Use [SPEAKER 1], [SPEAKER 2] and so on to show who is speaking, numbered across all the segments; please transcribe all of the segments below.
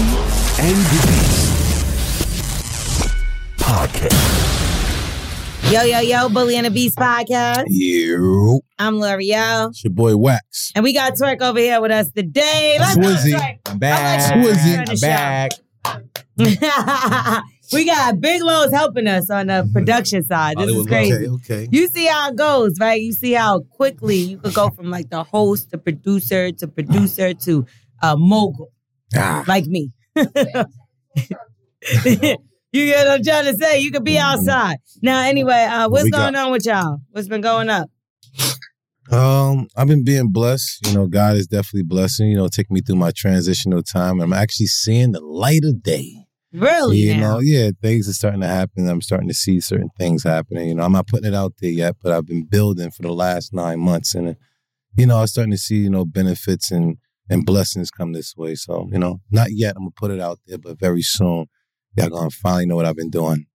[SPEAKER 1] and Denise podcast.
[SPEAKER 2] Yo, yo, yo, Bully and the Beast podcast.
[SPEAKER 1] You.
[SPEAKER 2] I'm L'Oreal.
[SPEAKER 3] It's your boy Wax.
[SPEAKER 2] And we got Twerk over here with us today. Let's go,
[SPEAKER 3] Swizzy. I'm back.
[SPEAKER 2] I'll let you
[SPEAKER 3] Swizzy.
[SPEAKER 2] turn the
[SPEAKER 3] I'm
[SPEAKER 2] show.
[SPEAKER 3] back.
[SPEAKER 2] Twerk. we got Big Lo's helping us on the production side. This is
[SPEAKER 3] Hollywood
[SPEAKER 2] crazy.
[SPEAKER 3] Love.
[SPEAKER 1] Okay.
[SPEAKER 2] You see how it goes, right? You see how quickly you could go from like the host to producer to producer to uh, mogul,
[SPEAKER 3] Ah,
[SPEAKER 2] like me. you get what I'm trying to say? You could be outside. Now, anyway, uh, what's
[SPEAKER 3] we
[SPEAKER 2] going
[SPEAKER 3] got?
[SPEAKER 2] on with y'all? What's been going up?
[SPEAKER 3] Um, I've been being blessed. You know, God is definitely blessing. You know, taking me through my transitional time. I'm actually seeing the light of day.
[SPEAKER 2] Really?
[SPEAKER 3] you
[SPEAKER 2] now?
[SPEAKER 3] know, yeah, things are starting to happen. I'm starting to see certain things happening. You know, I'm not putting it out there yet, but I've been building for the last nine months, and uh, you know, I'm starting to see you know benefits and and blessings come this way. So you know, not yet. I'm gonna put it out there, but very soon, y'all gonna finally know what I've been doing.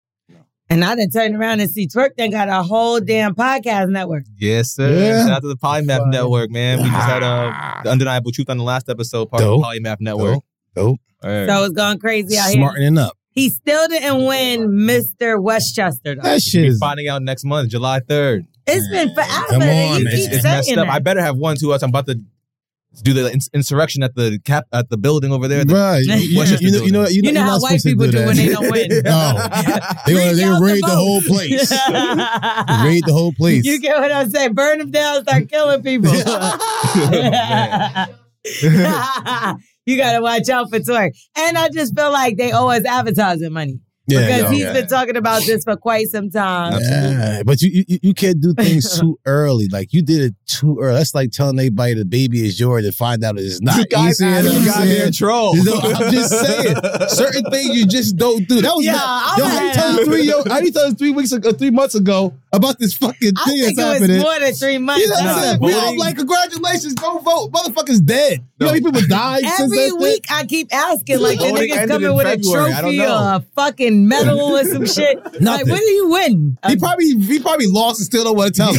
[SPEAKER 2] And I done turned around and see Twerk then got a whole damn podcast network.
[SPEAKER 4] Yes, sir.
[SPEAKER 3] Yeah.
[SPEAKER 4] Shout out to the Polymath
[SPEAKER 3] Fire. Ah.
[SPEAKER 4] Network, man. We just had uh, the undeniable truth on the last episode, part
[SPEAKER 3] Dope.
[SPEAKER 4] of the Polymath Network.
[SPEAKER 3] Dope.
[SPEAKER 4] Alright.
[SPEAKER 2] So it's going crazy out here.
[SPEAKER 3] smartening up.
[SPEAKER 2] He still didn't win Mr. Westchester. Though.
[SPEAKER 3] That
[SPEAKER 4] We'll
[SPEAKER 3] shit
[SPEAKER 4] be
[SPEAKER 3] is
[SPEAKER 4] finding out next month, July third.
[SPEAKER 2] It's been forever.
[SPEAKER 3] Come on,
[SPEAKER 2] you
[SPEAKER 3] man.
[SPEAKER 2] keep
[SPEAKER 4] It's messed
[SPEAKER 2] saying
[SPEAKER 4] up. I
[SPEAKER 2] that.
[SPEAKER 4] better have one too. Else I'm about to do the ins- insurrection at the cap at the building over there. The-
[SPEAKER 3] right.
[SPEAKER 2] What's
[SPEAKER 3] You,
[SPEAKER 4] just
[SPEAKER 3] you know,
[SPEAKER 4] doing
[SPEAKER 3] you know,
[SPEAKER 4] it?
[SPEAKER 3] you know,
[SPEAKER 2] You know
[SPEAKER 3] you're
[SPEAKER 2] how
[SPEAKER 3] not
[SPEAKER 2] white
[SPEAKER 3] supposed to
[SPEAKER 2] people do
[SPEAKER 3] that.
[SPEAKER 2] when they don't win.
[SPEAKER 3] no, they gonna they gonna
[SPEAKER 2] Freak out the
[SPEAKER 3] raid the,
[SPEAKER 2] vote.
[SPEAKER 3] whole place. raid the whole place.
[SPEAKER 2] You get what I'm saying? Burn them down, start killing people.
[SPEAKER 3] Oh,
[SPEAKER 2] you got to watch out for Twerk. And I just feel like they owe us advertising money
[SPEAKER 3] yeah,
[SPEAKER 2] because
[SPEAKER 3] yo.
[SPEAKER 2] he's been talking about this for quite some time.
[SPEAKER 3] Yeah, but you, you you can't do things too early. Like you did it too early. That's like telling everybody the baby is yours to find out it's not.
[SPEAKER 4] You guys,
[SPEAKER 3] see what I'm
[SPEAKER 4] you
[SPEAKER 3] saying?
[SPEAKER 4] goddamn troll.
[SPEAKER 3] You know, I'm just saying, certain things you just don't do. That was
[SPEAKER 2] Yeah,
[SPEAKER 3] not.
[SPEAKER 2] I'm
[SPEAKER 3] yo, how you
[SPEAKER 2] mad.
[SPEAKER 3] tell us three yo, how you tell us three weeks ago, three months ago about this fucking
[SPEAKER 2] I
[SPEAKER 3] thing
[SPEAKER 2] think
[SPEAKER 3] that's
[SPEAKER 2] it was
[SPEAKER 3] happening?
[SPEAKER 2] more than three months.
[SPEAKER 3] You know what I'm
[SPEAKER 4] Nah,
[SPEAKER 3] saying? We all
[SPEAKER 4] voting-
[SPEAKER 3] like, congratulations, go vote. Motherfucker's dead. You know, how many people died since
[SPEAKER 2] Every
[SPEAKER 3] that
[SPEAKER 2] week I keep asking, like the
[SPEAKER 4] Voting
[SPEAKER 2] niggas
[SPEAKER 4] ended
[SPEAKER 2] coming
[SPEAKER 4] in
[SPEAKER 2] with
[SPEAKER 4] February.
[SPEAKER 2] a
[SPEAKER 4] I
[SPEAKER 2] trophy
[SPEAKER 4] don't
[SPEAKER 2] or
[SPEAKER 4] know.
[SPEAKER 2] a fucking medal or some shit. like,
[SPEAKER 3] Nothing.
[SPEAKER 2] when do you win?
[SPEAKER 3] Thing? He probably he probably lost and still don't want to tell us.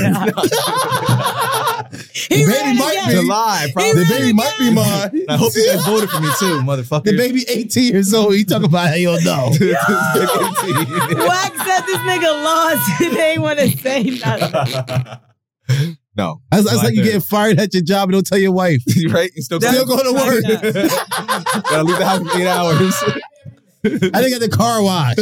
[SPEAKER 2] He
[SPEAKER 3] the
[SPEAKER 2] ran
[SPEAKER 3] baby might
[SPEAKER 2] again.
[SPEAKER 3] be.
[SPEAKER 4] July, probably.
[SPEAKER 3] The
[SPEAKER 2] ran
[SPEAKER 3] baby might be mine.
[SPEAKER 4] I hope you guys voted for me too, motherfucker.
[SPEAKER 3] The baby 18 years old. He talking about hell no.
[SPEAKER 2] Wax said this nigga lost and they want to say nothing.
[SPEAKER 4] no,
[SPEAKER 3] That's, that's like you
[SPEAKER 4] July
[SPEAKER 3] getting fired at your job and don't tell your wife.
[SPEAKER 4] 3rd. right. You still
[SPEAKER 3] Still
[SPEAKER 4] going
[SPEAKER 3] going to work.
[SPEAKER 4] Gotta leave the house in eight hours.
[SPEAKER 3] I think at the car wash.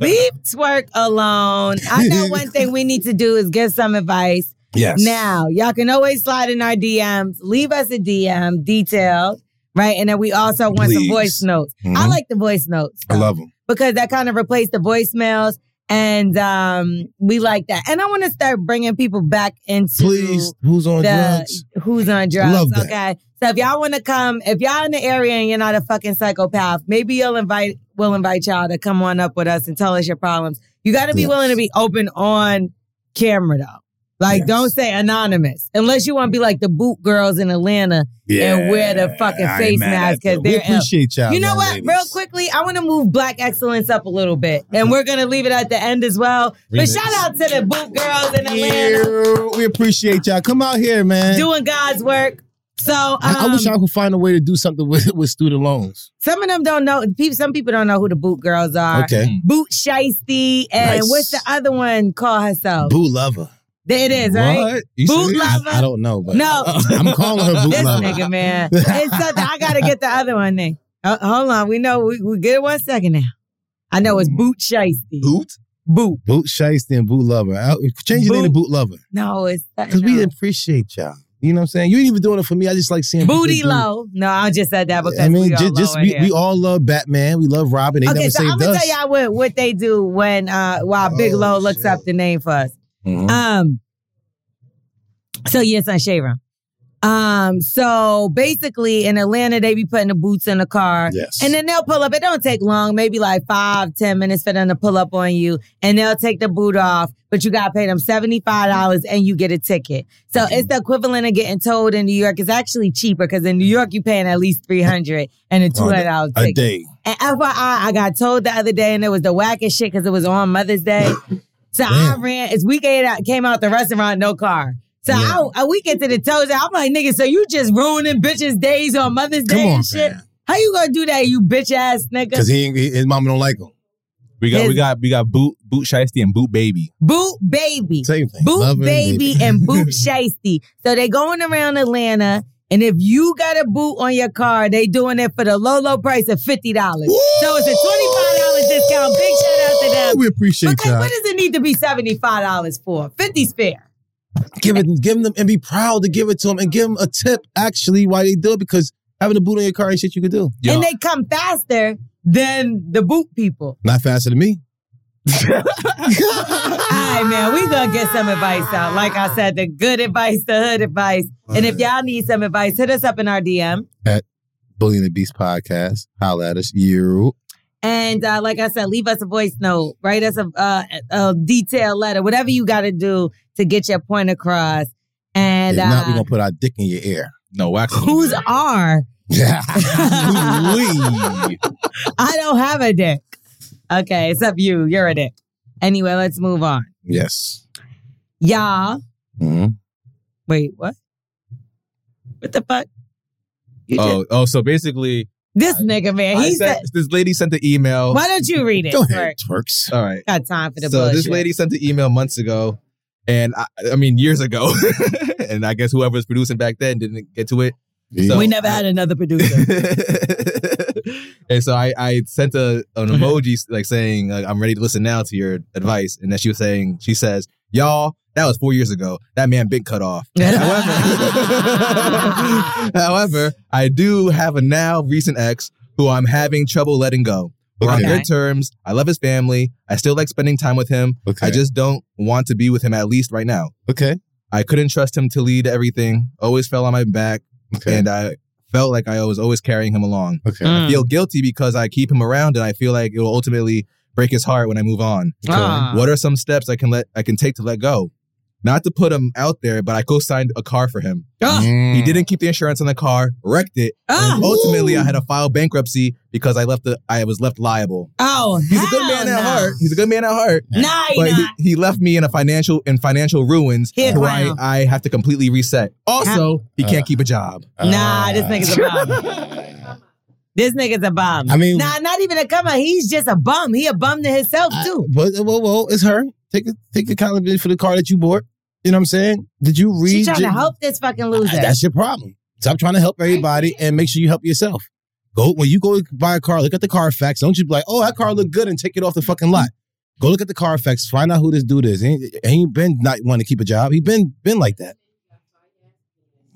[SPEAKER 2] Leave twerk alone. I know one thing we need to do is give some advice.
[SPEAKER 3] Yes.
[SPEAKER 2] Now, y'all can always slide in our DMs. Leave us a DM detailed, right? And then we also want some
[SPEAKER 3] Please.
[SPEAKER 2] voice notes. I
[SPEAKER 3] Mhm.
[SPEAKER 2] like the voice notes.
[SPEAKER 3] I love him.
[SPEAKER 2] because that kind of replaced the voicemails. And um, we like that. And I want to start bringing people back into
[SPEAKER 3] Please, who's on
[SPEAKER 2] the
[SPEAKER 3] drugs?
[SPEAKER 2] who's on drugs.
[SPEAKER 3] Love that.
[SPEAKER 2] Okay. So if y'all want to come, if y'all in the area and you're not a fucking psychopath, maybe you'll invite we'll invite y'all to come on up with us and tell us your problems. You got to be
[SPEAKER 3] Yes.
[SPEAKER 2] willing to be open on camera though. Like,
[SPEAKER 3] Yes.
[SPEAKER 2] don't say anonymous unless you want to be like the boot girls in Atlanta and wear the fucking
[SPEAKER 3] I ain't
[SPEAKER 2] face
[SPEAKER 3] mad at
[SPEAKER 2] mask
[SPEAKER 3] that.
[SPEAKER 2] because
[SPEAKER 3] we
[SPEAKER 2] they're ill.
[SPEAKER 3] appreciate y'all.
[SPEAKER 2] You know
[SPEAKER 3] young
[SPEAKER 2] what?
[SPEAKER 3] ladies.
[SPEAKER 2] Real quickly, I want to move black excellence up a little bit. And we're going to leave it at the end as well. But
[SPEAKER 3] Remix.
[SPEAKER 2] shout out to the boot girls in Atlanta
[SPEAKER 3] Yeah, we appreciate y'all. Come out here, man.
[SPEAKER 2] doing God's work. So um,
[SPEAKER 3] I, I wish I could find a way to do something with, with student loans.
[SPEAKER 2] some of them don't know. peop- Some people don't know who the boot girls are.
[SPEAKER 3] Okay.
[SPEAKER 2] Boot Shiesty. And
[SPEAKER 3] Nice.
[SPEAKER 2] what's the other one call herself?
[SPEAKER 3] Boo lover.
[SPEAKER 2] there it is, right?
[SPEAKER 4] What? You
[SPEAKER 2] Boot
[SPEAKER 4] serious?
[SPEAKER 2] lover.
[SPEAKER 3] I don't know, but
[SPEAKER 2] No.
[SPEAKER 3] I'm calling her boot
[SPEAKER 2] This
[SPEAKER 3] lover.
[SPEAKER 2] nigga, man. It's something. I got to get the other one then. Uh, hold on. We know. We, we get it one second now. I know it's Boot Shiesty.
[SPEAKER 4] Boot?
[SPEAKER 2] Boot.
[SPEAKER 3] Boot shiesty and boot lover. I- change your name to
[SPEAKER 2] Boot.
[SPEAKER 3] boot lover.
[SPEAKER 2] No, it's.
[SPEAKER 3] Because we
[SPEAKER 2] no.
[SPEAKER 3] appreciate y'all. You know what I'm saying? You ain't even doing it for me. I just like seeing
[SPEAKER 2] Booty
[SPEAKER 3] people do-
[SPEAKER 2] low. No, I just said that because
[SPEAKER 3] I mean,
[SPEAKER 2] we all
[SPEAKER 3] ju-
[SPEAKER 2] low
[SPEAKER 3] just
[SPEAKER 2] in
[SPEAKER 3] we,
[SPEAKER 2] here.
[SPEAKER 3] we all love Batman. We love Robin. They
[SPEAKER 2] okay,
[SPEAKER 3] never
[SPEAKER 2] so I'm
[SPEAKER 3] saved
[SPEAKER 2] gonna
[SPEAKER 3] us.
[SPEAKER 2] tell y'all what, what they do when uh while Big
[SPEAKER 3] Oh,
[SPEAKER 2] Low looks
[SPEAKER 3] shit.
[SPEAKER 2] up the name for us.
[SPEAKER 3] Mhm.
[SPEAKER 2] Um. So yes, on Shade Room. Um. So basically, in Atlanta, they be putting the boots in the car.
[SPEAKER 3] Yes.
[SPEAKER 2] And then they'll pull up. It don't take long, maybe like five, ten minutes for them to pull up on you, and they'll take the boot off. But you gotta pay them seventy five dollars, and you get a ticket. So it's the equivalent of getting towed in New York. It's actually cheaper because in New York you paying at least three hundred
[SPEAKER 3] Oh,
[SPEAKER 2] and a two hundred dollar
[SPEAKER 3] a
[SPEAKER 2] ticket.
[SPEAKER 3] day.
[SPEAKER 2] And FYI, I got told the other day, and it was the wackest shit because it was on Mother's Day. so I
[SPEAKER 3] Damn.
[SPEAKER 2] ran. As we get out, came out the restaurant, no car. So I, I, we get to the toes. I'm like, nigga, so you just ruining bitches' days on Mother's
[SPEAKER 3] Come
[SPEAKER 2] Day
[SPEAKER 3] on,
[SPEAKER 2] and shit.
[SPEAKER 3] man.
[SPEAKER 2] How you gonna do that, you bitch ass nigga?
[SPEAKER 3] Cause he, ain't- he his mama don't like him.
[SPEAKER 4] We got we
[SPEAKER 2] His-
[SPEAKER 4] got we got boot boot shiesty and boot baby.
[SPEAKER 2] Boot baby.
[SPEAKER 3] Same thing.
[SPEAKER 2] Boot
[SPEAKER 3] Love him,
[SPEAKER 2] baby and boot shiesty. So they going around Atlanta, and if you got a boot on your car, they doing it for the low low price of fifty dollars. So it's a twenty five dollar discount. Big shout out to them.
[SPEAKER 3] We appreciate
[SPEAKER 2] Because
[SPEAKER 3] y'all.
[SPEAKER 2] what does it need to be seventy five dollars for? 50's fair.
[SPEAKER 3] give it, give them, and be proud to give it to them, and give them a tip actually why they do it because having a boot on your car ain't shit you could do.
[SPEAKER 4] Yo.
[SPEAKER 2] And they come faster than the boot people.
[SPEAKER 3] Not faster than me.
[SPEAKER 2] All right, man, we gonna get some advice out. Like I said, the good advice, the hood advice. And if y'all need some advice, hit us up in our DM.
[SPEAKER 3] Bully and the Beast podcast, holla at us. You
[SPEAKER 2] And uh, like I said, leave us a voice note, write us a, uh, a detailed letter, whatever you got to do to get your point across.
[SPEAKER 3] if
[SPEAKER 2] And
[SPEAKER 3] not, we're
[SPEAKER 2] uh,
[SPEAKER 3] gonna put our dick in your ear.
[SPEAKER 4] No wax.
[SPEAKER 2] who's R?
[SPEAKER 3] Yeah.
[SPEAKER 4] Ooh-wee.
[SPEAKER 2] I don't have a dick. Okay, it's up you. You're a dick. Anyway, let's move on.
[SPEAKER 3] yes.
[SPEAKER 2] Y'all,
[SPEAKER 3] hmm
[SPEAKER 2] wait, what? What the fuck? You just-
[SPEAKER 4] oh oh. So basically,
[SPEAKER 2] this nigga, man,
[SPEAKER 4] I
[SPEAKER 2] he said,
[SPEAKER 4] sent, this lady sent an email.
[SPEAKER 2] why don't you read it?
[SPEAKER 3] Go
[SPEAKER 2] Twerk?
[SPEAKER 3] ahead, twerks.
[SPEAKER 4] All right.
[SPEAKER 2] Got time for the
[SPEAKER 4] so
[SPEAKER 2] bullshit.
[SPEAKER 4] this lady sent an email months ago, and I, I mean years ago, and I guess whoever was producing back then didn't get to it. So-
[SPEAKER 2] we never had another producer.
[SPEAKER 4] and so I, I sent a an emoji like saying like, I'm ready to listen now to your advice, and then she was saying she says y'all that was four years ago that man been cut off. However, however, I do have a now recent ex who I'm having trouble letting go. We're
[SPEAKER 3] Okay.
[SPEAKER 4] on good terms. I love his family. I still like spending time with him.
[SPEAKER 3] okay.
[SPEAKER 4] I just don't want to be with him at least right now.
[SPEAKER 3] okay.
[SPEAKER 4] I couldn't trust him to lead everything. Always fell on my back,
[SPEAKER 3] Okay.
[SPEAKER 4] and I felt like I was always carrying him along
[SPEAKER 3] okay.
[SPEAKER 2] Mm.
[SPEAKER 4] feel guilty because I keep him around and I feel like it will ultimately break his heart when I move on.
[SPEAKER 2] Ah.
[SPEAKER 4] What are some steps I can let I can take to let go? Not to put him out there, but I co-signed a car for him.
[SPEAKER 2] Ah,
[SPEAKER 3] Mm. Hmm.
[SPEAKER 4] He didn't keep the insurance on the car, wrecked it,
[SPEAKER 2] ah,
[SPEAKER 4] and ultimately I had to file bankruptcy because I left the I was left liable.
[SPEAKER 2] oh,
[SPEAKER 4] He's a good man
[SPEAKER 2] hell
[SPEAKER 4] at
[SPEAKER 2] no.
[SPEAKER 4] heart. He's a good man at heart.
[SPEAKER 2] Nah, he
[SPEAKER 4] But he,
[SPEAKER 2] not.
[SPEAKER 4] he left me in a financial in financial ruins
[SPEAKER 2] Hit
[SPEAKER 4] where I,
[SPEAKER 2] round.
[SPEAKER 4] I have to completely reset. Also, he can't keep a job.
[SPEAKER 3] Ah.
[SPEAKER 2] Nah,
[SPEAKER 3] uh,
[SPEAKER 2] this nigga's a bum. This nigga's a bum.
[SPEAKER 3] I mean-
[SPEAKER 2] nah, not even a come out. He's just a bum. He a bum to himself
[SPEAKER 3] I-
[SPEAKER 2] too.
[SPEAKER 3] But whoa, whoa, it's her. Take a, take accountability for the car that you bought. You know what I'm saying? Did you read?
[SPEAKER 2] She trying to
[SPEAKER 3] your-
[SPEAKER 2] help this fucking loser.
[SPEAKER 3] That's your problem. Stop trying to help everybody and make sure you help yourself. Go when you go buy a car, look at the Carfax. Don't you be like, oh, that car look good and take it off the fucking lot. Go look at the Carfax. Find out who this dude is. He ain't, he ain't been not wanting to keep a job. He been been like that.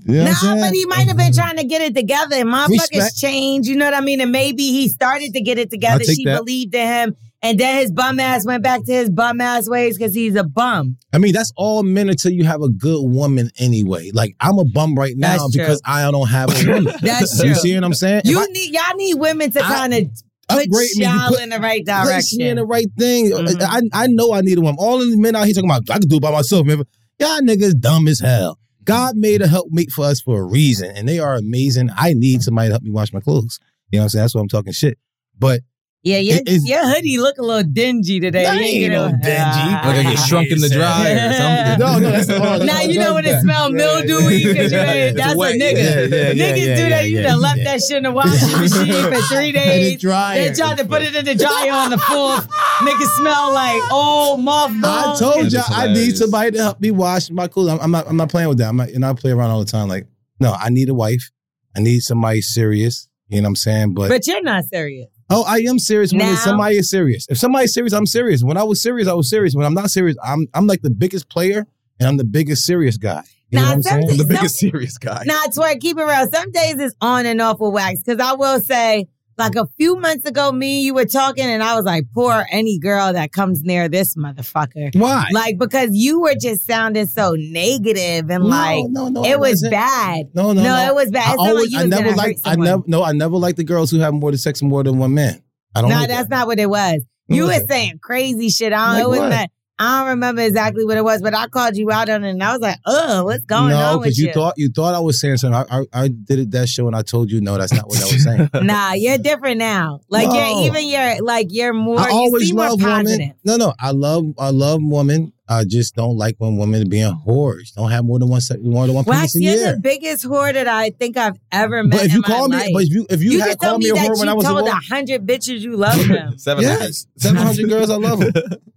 [SPEAKER 3] You know what I'm
[SPEAKER 2] nah,
[SPEAKER 3] saying?
[SPEAKER 2] but he might have been trying to get it together, and motherfuckers
[SPEAKER 3] Respect.
[SPEAKER 2] changed. You know what I mean? And maybe he started to get it
[SPEAKER 3] I'll
[SPEAKER 2] together.
[SPEAKER 3] take
[SPEAKER 2] She
[SPEAKER 3] that.
[SPEAKER 2] believed in him, and then his bum ass went back to his bum ass ways because he's a bum.
[SPEAKER 3] I mean, that's all men until you have a good woman anyway. Like I'm a bum right now
[SPEAKER 2] That's true.
[SPEAKER 3] because I don't have a woman.
[SPEAKER 2] That's
[SPEAKER 3] You
[SPEAKER 2] true.
[SPEAKER 3] see what I'm saying? If
[SPEAKER 2] You
[SPEAKER 3] I-
[SPEAKER 2] need y'all need women to
[SPEAKER 3] I-
[SPEAKER 2] kind of put
[SPEAKER 3] upgrade me, you
[SPEAKER 2] y'all
[SPEAKER 3] put-
[SPEAKER 2] in the right
[SPEAKER 3] Place me in
[SPEAKER 2] direction.
[SPEAKER 3] the right thing.
[SPEAKER 2] Mhm.
[SPEAKER 3] I, I know I need a woman. All of the men out here talking about I can do it by myself. Man. Y'all niggas dumb as hell. God made a helpmate for us for a reason, and they are amazing. I need somebody to help me wash my clothes. You know what I'm saying? That's why I'm talking shit. But
[SPEAKER 2] Yeah, your,
[SPEAKER 3] It is-
[SPEAKER 2] your hoodie look a little dingy today.
[SPEAKER 3] I
[SPEAKER 2] You
[SPEAKER 3] ain't
[SPEAKER 2] get
[SPEAKER 3] no
[SPEAKER 2] a-
[SPEAKER 3] dingy.
[SPEAKER 4] Like I get shrunk in the dryer or something.
[SPEAKER 3] No, no, that's- oh,
[SPEAKER 2] Ah. Now you know when it smell mildewy because you
[SPEAKER 3] Yeah, yeah,
[SPEAKER 2] ain't. That's
[SPEAKER 4] it's
[SPEAKER 2] a
[SPEAKER 4] wet.
[SPEAKER 2] nigga.
[SPEAKER 3] Yeah, yeah, yeah,
[SPEAKER 2] Niggas
[SPEAKER 3] yeah,
[SPEAKER 2] do that.
[SPEAKER 3] yeah,
[SPEAKER 2] you
[SPEAKER 3] yeah,
[SPEAKER 2] done left
[SPEAKER 3] yeah.
[SPEAKER 2] that shit in the washing machine for three
[SPEAKER 3] and it
[SPEAKER 2] days. They
[SPEAKER 3] dry.
[SPEAKER 2] tried to put it in the dryer on the fourth. Niggas smell like oh, old
[SPEAKER 3] I
[SPEAKER 2] mothball.
[SPEAKER 3] told
[SPEAKER 4] That
[SPEAKER 3] y'all
[SPEAKER 4] is
[SPEAKER 3] I
[SPEAKER 4] hilarious.
[SPEAKER 3] need somebody to help me wash my clothes. I'm, I'm not. I'm not playing with that. I'm not. And I play around all the time. Like, no, I need a wife. I need somebody serious. You know what I'm saying? But
[SPEAKER 2] But you're not serious.
[SPEAKER 3] Oh, I am serious when
[SPEAKER 2] Now-
[SPEAKER 3] somebody is serious. If somebody's serious, I'm serious. When I was serious, I was serious. When I'm not serious, I'm I'm like the biggest player and I'm the biggest serious guy. You
[SPEAKER 2] Nah,
[SPEAKER 3] know what I'm
[SPEAKER 2] something-
[SPEAKER 3] saying?
[SPEAKER 4] I'm the
[SPEAKER 2] No.
[SPEAKER 4] biggest serious guy.
[SPEAKER 2] Nah, twerk, keep it real. Some days it's on and off with wax. Cause I will say, like a few months ago, me and you were talking, and I was like, poor any girl that comes near this motherfucker.
[SPEAKER 3] Why?
[SPEAKER 2] Like, because you were just sounding so negative and
[SPEAKER 3] No,
[SPEAKER 2] like
[SPEAKER 3] no, no, I
[SPEAKER 2] it was
[SPEAKER 3] wasn't.
[SPEAKER 2] bad.
[SPEAKER 3] No, no,
[SPEAKER 2] No,
[SPEAKER 3] no.
[SPEAKER 2] it was bad.
[SPEAKER 3] I
[SPEAKER 2] It's not like
[SPEAKER 3] always,
[SPEAKER 2] you
[SPEAKER 3] I
[SPEAKER 2] was
[SPEAKER 3] never
[SPEAKER 2] gonna
[SPEAKER 3] liked,
[SPEAKER 2] hurt
[SPEAKER 3] I
[SPEAKER 2] someone.
[SPEAKER 3] never, no, I never liked the girls who have more than sex with more than one man. I don't.
[SPEAKER 2] No,
[SPEAKER 3] like
[SPEAKER 2] that's
[SPEAKER 3] that.
[SPEAKER 2] not what it was. You
[SPEAKER 3] What
[SPEAKER 2] were
[SPEAKER 3] was it?
[SPEAKER 2] saying crazy shit. I
[SPEAKER 3] Like
[SPEAKER 2] don't, it was
[SPEAKER 3] what?
[SPEAKER 2] not, I don't remember exactly what it was, but I called you out on it and I was like, oh, what's going
[SPEAKER 3] no,
[SPEAKER 2] on with
[SPEAKER 3] you thought you thought I was saying something. I, I I did it that show and I told you no, that's not what I was saying.
[SPEAKER 2] nah, you're different now. Like
[SPEAKER 3] No.
[SPEAKER 2] you're even you're like you're more
[SPEAKER 3] I always
[SPEAKER 2] you seem
[SPEAKER 3] love
[SPEAKER 2] more positive.
[SPEAKER 3] women. No, no, I love I love women. I just don't like when women being whores. Don't have more than one se- more than one penis
[SPEAKER 2] Wax,
[SPEAKER 3] a
[SPEAKER 2] you're
[SPEAKER 3] year.
[SPEAKER 2] the biggest whore that I think I've ever met.
[SPEAKER 3] But if
[SPEAKER 2] in
[SPEAKER 3] you
[SPEAKER 2] my
[SPEAKER 3] call me,
[SPEAKER 2] life.
[SPEAKER 3] but if you if you,
[SPEAKER 2] you
[SPEAKER 3] had
[SPEAKER 2] just
[SPEAKER 3] called
[SPEAKER 2] told
[SPEAKER 3] me
[SPEAKER 2] me
[SPEAKER 3] a
[SPEAKER 2] that
[SPEAKER 3] whore when I
[SPEAKER 2] you
[SPEAKER 3] was a
[SPEAKER 2] told a
[SPEAKER 3] woman,
[SPEAKER 2] hundred bitches you love them.
[SPEAKER 4] Seven
[SPEAKER 3] yes, seven hundred girls, I love them.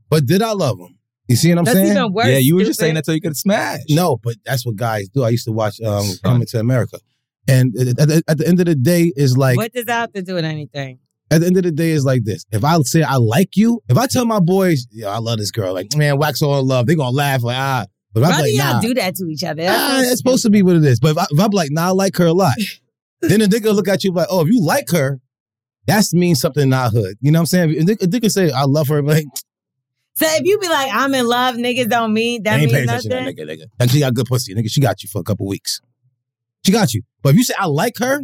[SPEAKER 3] But did I love them? You see what I'm
[SPEAKER 2] That's
[SPEAKER 3] saying?
[SPEAKER 2] even worse.
[SPEAKER 4] Yeah, you were just
[SPEAKER 2] stupid.
[SPEAKER 4] saying that so you could smash.
[SPEAKER 3] No, but that's what guys do. I used to watch um,
[SPEAKER 4] Son.
[SPEAKER 3] Coming to America, and at the, at the end of the day, is like
[SPEAKER 2] what does that have to do with anything?
[SPEAKER 3] at the end of the day, is like this. If I say I like you, if I tell my boys, yeah, I love this girl, like man, wax all in love, they gonna laugh like ah. But if
[SPEAKER 2] Why
[SPEAKER 3] I'm like,
[SPEAKER 2] do y'all
[SPEAKER 3] nah,
[SPEAKER 2] do that to each other?
[SPEAKER 3] ah,
[SPEAKER 2] That's
[SPEAKER 3] it's supposed to be what it is. But if, I, if I'm like, nah, I like her a lot, then the nigga look at you like, oh, if you like her, that's means something in our hood. You know what I'm saying? If a nigga, a nigga say I love her, like
[SPEAKER 2] So if you be like, I'm in love, niggas don't mean that
[SPEAKER 3] ain't
[SPEAKER 2] means
[SPEAKER 3] paying attention
[SPEAKER 2] nothing.
[SPEAKER 3] to that nigga, nigga. Like she got good pussy, nigga. She got you for a couple weeks. She got you. But if you say I like her,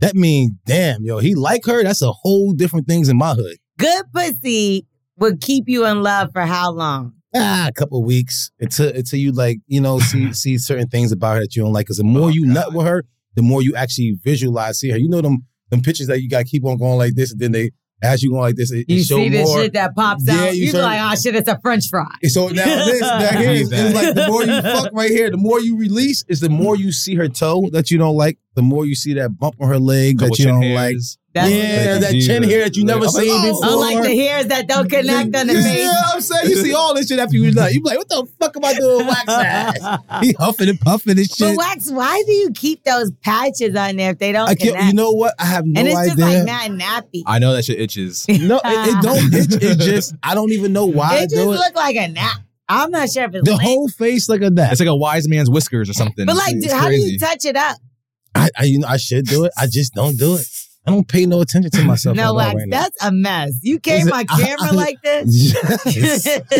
[SPEAKER 3] that means damn, yo, he like her. That's a whole different things in my hood.
[SPEAKER 2] Good pussy would keep you in love for how long?
[SPEAKER 3] Ah, a couple weeks until until you like you know see see certain things about her that you don't like. Because the more
[SPEAKER 4] Oh,
[SPEAKER 3] you
[SPEAKER 4] God.
[SPEAKER 3] nut with her, the more you actually visualize see her. You know them them pictures that you got to keep on going like this, and then they as you going like this, it, it
[SPEAKER 2] You
[SPEAKER 3] show
[SPEAKER 2] see this
[SPEAKER 3] more.
[SPEAKER 2] shit that pops
[SPEAKER 3] Yeah,
[SPEAKER 2] out.
[SPEAKER 3] you
[SPEAKER 2] You, be
[SPEAKER 3] start-
[SPEAKER 2] like, oh shit, it's a French fry.
[SPEAKER 3] And so now this, now here,
[SPEAKER 4] Believe
[SPEAKER 3] it's
[SPEAKER 4] that.
[SPEAKER 3] like the more you fuck right here, the more you release is the more you see her toe that you don't like, the more you see that bump on her leg
[SPEAKER 4] Couple
[SPEAKER 3] that you
[SPEAKER 4] chin
[SPEAKER 3] don't like.
[SPEAKER 4] hairs.
[SPEAKER 2] That's
[SPEAKER 3] yeah,
[SPEAKER 4] Like,
[SPEAKER 3] that
[SPEAKER 4] Jesus.
[SPEAKER 3] chin hair that you never
[SPEAKER 4] Like,
[SPEAKER 3] seen
[SPEAKER 4] oh,
[SPEAKER 3] before.
[SPEAKER 2] Unlike the hairs that don't connect on the
[SPEAKER 3] yeah,
[SPEAKER 2] face.
[SPEAKER 3] I'm saying you see all this shit after you nut. You be like, what the fuck am I doing with wax ass? He huffing and puffing and
[SPEAKER 2] But
[SPEAKER 3] shit.
[SPEAKER 2] Wax, why do you keep those patches on there if they don't
[SPEAKER 3] I
[SPEAKER 2] connect?
[SPEAKER 3] can't. You know what? I have no
[SPEAKER 2] and it's
[SPEAKER 3] idea.
[SPEAKER 2] just like not nappy.
[SPEAKER 4] I know that shit itches.
[SPEAKER 3] no, it, it don't. It, it just. I don't even know why I
[SPEAKER 2] it just
[SPEAKER 3] do it.
[SPEAKER 2] look like a nap. I'm not sure if it's
[SPEAKER 3] The
[SPEAKER 2] linked.
[SPEAKER 3] whole face like a that.
[SPEAKER 4] It's like a wise man's whiskers or something.
[SPEAKER 2] But like,
[SPEAKER 4] It's-
[SPEAKER 2] dude,
[SPEAKER 4] it's
[SPEAKER 2] how do
[SPEAKER 4] crazy.
[SPEAKER 2] you touch it up?
[SPEAKER 3] I, I, you know, I should do it. I just don't do it. I don't pay no attention to myself. at
[SPEAKER 2] No,
[SPEAKER 3] all
[SPEAKER 2] Wax,
[SPEAKER 3] right now.
[SPEAKER 2] that's a mess. You came
[SPEAKER 3] it-
[SPEAKER 2] on camera
[SPEAKER 3] I-
[SPEAKER 2] like this.
[SPEAKER 3] Yes.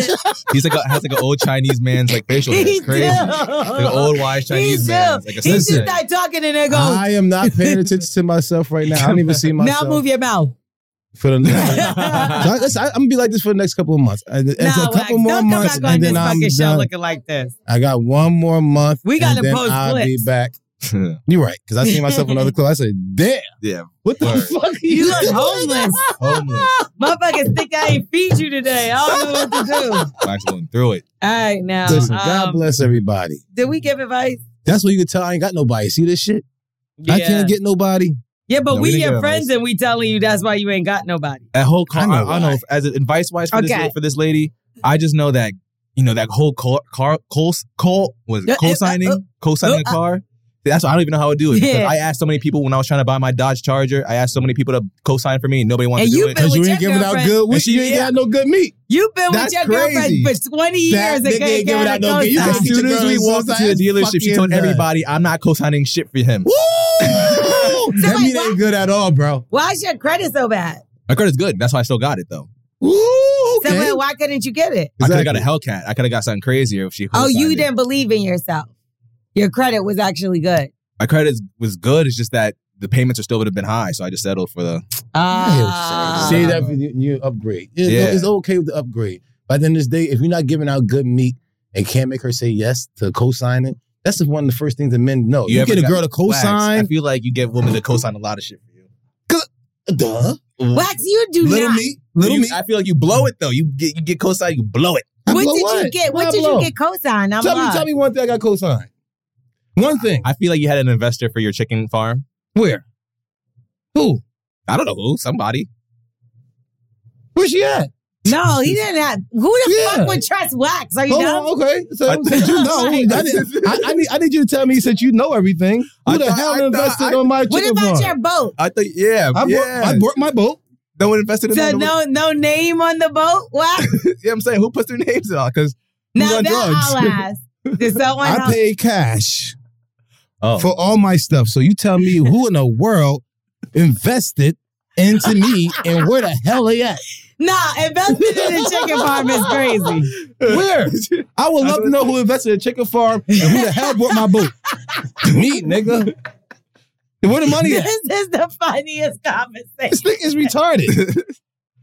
[SPEAKER 4] He's like a, has like an old Chinese man's like facial. hair.
[SPEAKER 2] He
[SPEAKER 4] It's crazy.
[SPEAKER 2] do.
[SPEAKER 4] Like an old wise
[SPEAKER 2] he
[SPEAKER 4] Chinese
[SPEAKER 2] do.
[SPEAKER 4] man. Like a
[SPEAKER 2] he just
[SPEAKER 4] sensei.
[SPEAKER 2] start talking and then goes,
[SPEAKER 3] I am not paying attention to myself right now. I don't even see myself
[SPEAKER 2] now move your mouth.
[SPEAKER 3] for the next. So I, listen, I, I'm gonna be like this for the next couple of months. And and
[SPEAKER 2] Nah,
[SPEAKER 3] so a
[SPEAKER 2] Wax,
[SPEAKER 3] couple more
[SPEAKER 2] don't come
[SPEAKER 3] months,
[SPEAKER 2] back on
[SPEAKER 3] and
[SPEAKER 2] this
[SPEAKER 3] then I'm
[SPEAKER 2] fucking show
[SPEAKER 3] done.
[SPEAKER 2] looking like this.
[SPEAKER 3] I got one more month.
[SPEAKER 2] We gotta
[SPEAKER 3] and then
[SPEAKER 2] post
[SPEAKER 3] I'll be
[SPEAKER 2] clips.
[SPEAKER 3] back. You're right, because I see myself in another clip. I said, "Damn,
[SPEAKER 4] yeah.
[SPEAKER 3] what the
[SPEAKER 4] Word.
[SPEAKER 3] fuck? are
[SPEAKER 2] You look
[SPEAKER 3] doing?"
[SPEAKER 2] homeless.
[SPEAKER 4] Homeless.
[SPEAKER 2] Motherfuckers think I ain't feed you today. I don't know what to do. All
[SPEAKER 4] Mine's going through it.
[SPEAKER 2] right, now.
[SPEAKER 3] Listen, God
[SPEAKER 2] um,
[SPEAKER 3] bless everybody.
[SPEAKER 2] Did we give advice?
[SPEAKER 3] That's what you can tell. I ain't got nobody. See this shit? I can't get nobody.
[SPEAKER 2] yeah, but
[SPEAKER 4] No, we
[SPEAKER 2] we,
[SPEAKER 4] didn't
[SPEAKER 2] your
[SPEAKER 4] give
[SPEAKER 2] friends
[SPEAKER 4] advice.
[SPEAKER 2] and we telling you that's why you ain't got nobody.
[SPEAKER 4] That whole car.
[SPEAKER 3] I
[SPEAKER 4] I,
[SPEAKER 3] know
[SPEAKER 4] I don't
[SPEAKER 3] why.
[SPEAKER 4] know. As advice wise for
[SPEAKER 2] Okay.
[SPEAKER 4] this for this lady, I just know that you know that whole car car co co was
[SPEAKER 2] Uh, uh,
[SPEAKER 4] co
[SPEAKER 2] uh,
[SPEAKER 4] signing co signing a
[SPEAKER 2] uh,
[SPEAKER 4] car. That's why I don't even know how to do it. Because
[SPEAKER 2] Yeah.
[SPEAKER 4] I asked so many people when I was trying to buy my Dodge Charger. I asked so many people to co sign for me, and nobody wanted
[SPEAKER 2] And
[SPEAKER 4] to
[SPEAKER 2] you
[SPEAKER 4] do it.
[SPEAKER 2] been-
[SPEAKER 3] Cause you
[SPEAKER 2] with
[SPEAKER 3] ain't
[SPEAKER 2] your
[SPEAKER 3] giving out
[SPEAKER 2] girlfriend.
[SPEAKER 3] good.
[SPEAKER 4] And
[SPEAKER 3] Which
[SPEAKER 4] she-
[SPEAKER 3] you ain't got no good meat.
[SPEAKER 2] You've been
[SPEAKER 3] That's
[SPEAKER 2] with your
[SPEAKER 3] crazy.
[SPEAKER 2] girlfriend for 20 years
[SPEAKER 3] That
[SPEAKER 2] and
[SPEAKER 3] nigga
[SPEAKER 2] can't
[SPEAKER 3] ain't giving
[SPEAKER 2] get
[SPEAKER 3] out
[SPEAKER 2] a
[SPEAKER 3] no good- you
[SPEAKER 4] As
[SPEAKER 3] can't
[SPEAKER 2] co-sign.
[SPEAKER 3] get-
[SPEAKER 4] soon
[SPEAKER 3] your
[SPEAKER 4] as we
[SPEAKER 3] girl's
[SPEAKER 4] walked
[SPEAKER 3] outside,
[SPEAKER 4] into the dealership, she
[SPEAKER 3] fucking
[SPEAKER 4] told
[SPEAKER 3] done.
[SPEAKER 4] everybody, "I'm not co-signing shit for him."
[SPEAKER 3] Woo! that
[SPEAKER 2] Somebody
[SPEAKER 3] meat ain't good at all, bro.
[SPEAKER 2] Why's your credit so bad?
[SPEAKER 4] My credit's good. That's why I still got it though.
[SPEAKER 3] Woo!
[SPEAKER 2] So
[SPEAKER 3] Okay.
[SPEAKER 2] wait, why couldn't you get it?
[SPEAKER 4] I could have got a Hellcat. I could have got something crazier if she.
[SPEAKER 2] Oh,
[SPEAKER 4] co-signed
[SPEAKER 2] you
[SPEAKER 4] it.
[SPEAKER 2] didn't believe in yourself. Your credit was actually good.
[SPEAKER 4] My credit was good. It's just that the payments are still would have been high, so I just settled for the.
[SPEAKER 2] Ah.
[SPEAKER 3] See that for you, you upgrade. It's,
[SPEAKER 4] Yeah.
[SPEAKER 3] it's okay with the upgrade. But then this day, if you're not giving out good meat and can't make her say yes to co-sign it, that's just one of the first things that men know. You,
[SPEAKER 4] You ever
[SPEAKER 3] get a
[SPEAKER 4] got
[SPEAKER 3] girl to
[SPEAKER 4] Wax. I
[SPEAKER 3] co-sign,
[SPEAKER 4] feel like you get women to co-sign a lot of shit for you.
[SPEAKER 3] duh.
[SPEAKER 2] Wax, you do
[SPEAKER 3] Little
[SPEAKER 2] not.
[SPEAKER 3] meat, little
[SPEAKER 4] You-
[SPEAKER 3] meat.
[SPEAKER 4] I feel like you blow it though. You get you get co-sign, you blow it.
[SPEAKER 3] I
[SPEAKER 2] What
[SPEAKER 3] blow
[SPEAKER 2] did you get?
[SPEAKER 3] Why I
[SPEAKER 2] What did
[SPEAKER 3] blow?
[SPEAKER 2] you get co-signed? I'm
[SPEAKER 3] Tell me,
[SPEAKER 2] lost.
[SPEAKER 3] tell me one thing I got co-signed. One thing.
[SPEAKER 4] I feel like you had an investor for your chicken farm.
[SPEAKER 3] Where? Who?
[SPEAKER 4] I don't know who. Somebody.
[SPEAKER 3] Where's she at?
[SPEAKER 2] No, he didn't have. Who the
[SPEAKER 3] Yeah.
[SPEAKER 2] fuck would trust Wax? Are you
[SPEAKER 3] Hold
[SPEAKER 2] dumb?
[SPEAKER 3] on, okay. So
[SPEAKER 4] I-
[SPEAKER 3] since you know, I,
[SPEAKER 2] Like-
[SPEAKER 3] need- I, I need, I need you to tell me since you know everything. Who
[SPEAKER 4] I
[SPEAKER 3] the
[SPEAKER 4] thought-
[SPEAKER 3] hell
[SPEAKER 4] I thought-
[SPEAKER 3] invested
[SPEAKER 4] I-
[SPEAKER 3] on my
[SPEAKER 2] What
[SPEAKER 3] chicken
[SPEAKER 2] about
[SPEAKER 3] farm?
[SPEAKER 2] your boat?
[SPEAKER 4] I thought yeah.
[SPEAKER 3] I, bought, I bought my boat.
[SPEAKER 4] no one invested in
[SPEAKER 2] So
[SPEAKER 4] that.
[SPEAKER 2] no, no name on the boat. Wax.
[SPEAKER 4] you know what I'm saying? Who puts their names in all? Because
[SPEAKER 2] now
[SPEAKER 4] on
[SPEAKER 2] that I'll ask. Did someone
[SPEAKER 3] I
[SPEAKER 2] else?
[SPEAKER 3] paid cash
[SPEAKER 4] oh.
[SPEAKER 3] for all my stuff. So you tell me who in the world invested into me and where the hell they at?
[SPEAKER 2] Nah, investing in a chicken farm is crazy.
[SPEAKER 3] Where? I would love to know who invested in Chicken Farm and who the hell bought my boat. me, nigga. Where the money at?
[SPEAKER 2] This is the funniest conversation.
[SPEAKER 3] This thing is retarded.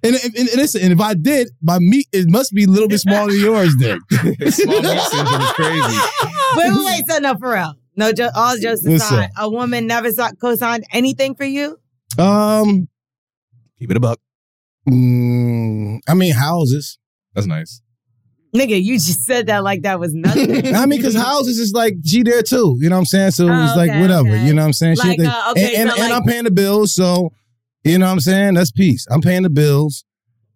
[SPEAKER 3] And, and, and listen, and if I did, my meat it must be a little bit smaller than yours then.
[SPEAKER 4] Small meat syndrome is crazy.
[SPEAKER 2] wait, wait, wait. So no, for real. No, jo- all jokes
[SPEAKER 3] Listen.
[SPEAKER 2] aside, a woman never saw- co-signed anything for you.
[SPEAKER 3] Um,
[SPEAKER 4] Keep it a buck.
[SPEAKER 3] mm, I mean houses.
[SPEAKER 4] That's nice.
[SPEAKER 2] Nigga, you just said that like that was nothing.
[SPEAKER 3] I mean, because houses is like she there too. You know what I'm saying? So
[SPEAKER 2] Oh,
[SPEAKER 3] it's like
[SPEAKER 2] okay,
[SPEAKER 3] whatever.
[SPEAKER 2] okay.
[SPEAKER 3] You know what I'm saying? She
[SPEAKER 2] Like,
[SPEAKER 3] think-
[SPEAKER 2] uh, okay,
[SPEAKER 3] and, and,
[SPEAKER 2] so
[SPEAKER 3] and
[SPEAKER 2] like-
[SPEAKER 3] I'm paying the bills, so you know what I'm saying? That's peace. I'm paying the bills.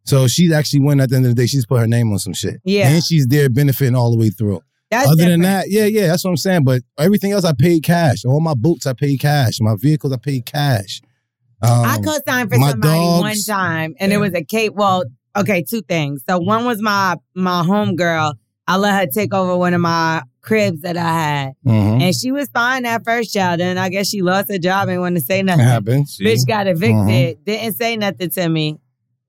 [SPEAKER 3] So she actually went at the end of the day. She's put her name on some shit.
[SPEAKER 2] Yeah.
[SPEAKER 3] And she's there benefiting all the way through.
[SPEAKER 2] That's
[SPEAKER 3] Other than
[SPEAKER 2] different.
[SPEAKER 3] that, yeah, yeah, that's what I'm saying. But everything else I paid cash. All my boots I paid cash. My vehicles I paid cash. Um,
[SPEAKER 2] I co-signed for
[SPEAKER 3] my
[SPEAKER 2] somebody one
[SPEAKER 3] dogs-
[SPEAKER 2] time, and it
[SPEAKER 3] Yeah.
[SPEAKER 2] was a Kate. Well, okay, two things. So one was my my homegirl. I let her take over one of my cribs that I had,
[SPEAKER 3] mhm.
[SPEAKER 2] and she was fine that first child. Then I guess she lost her job and wanted to say
[SPEAKER 3] It Mm-hmm.
[SPEAKER 2] nothing.
[SPEAKER 3] happens.
[SPEAKER 2] Bitch got evicted. Didn't say nothing to me.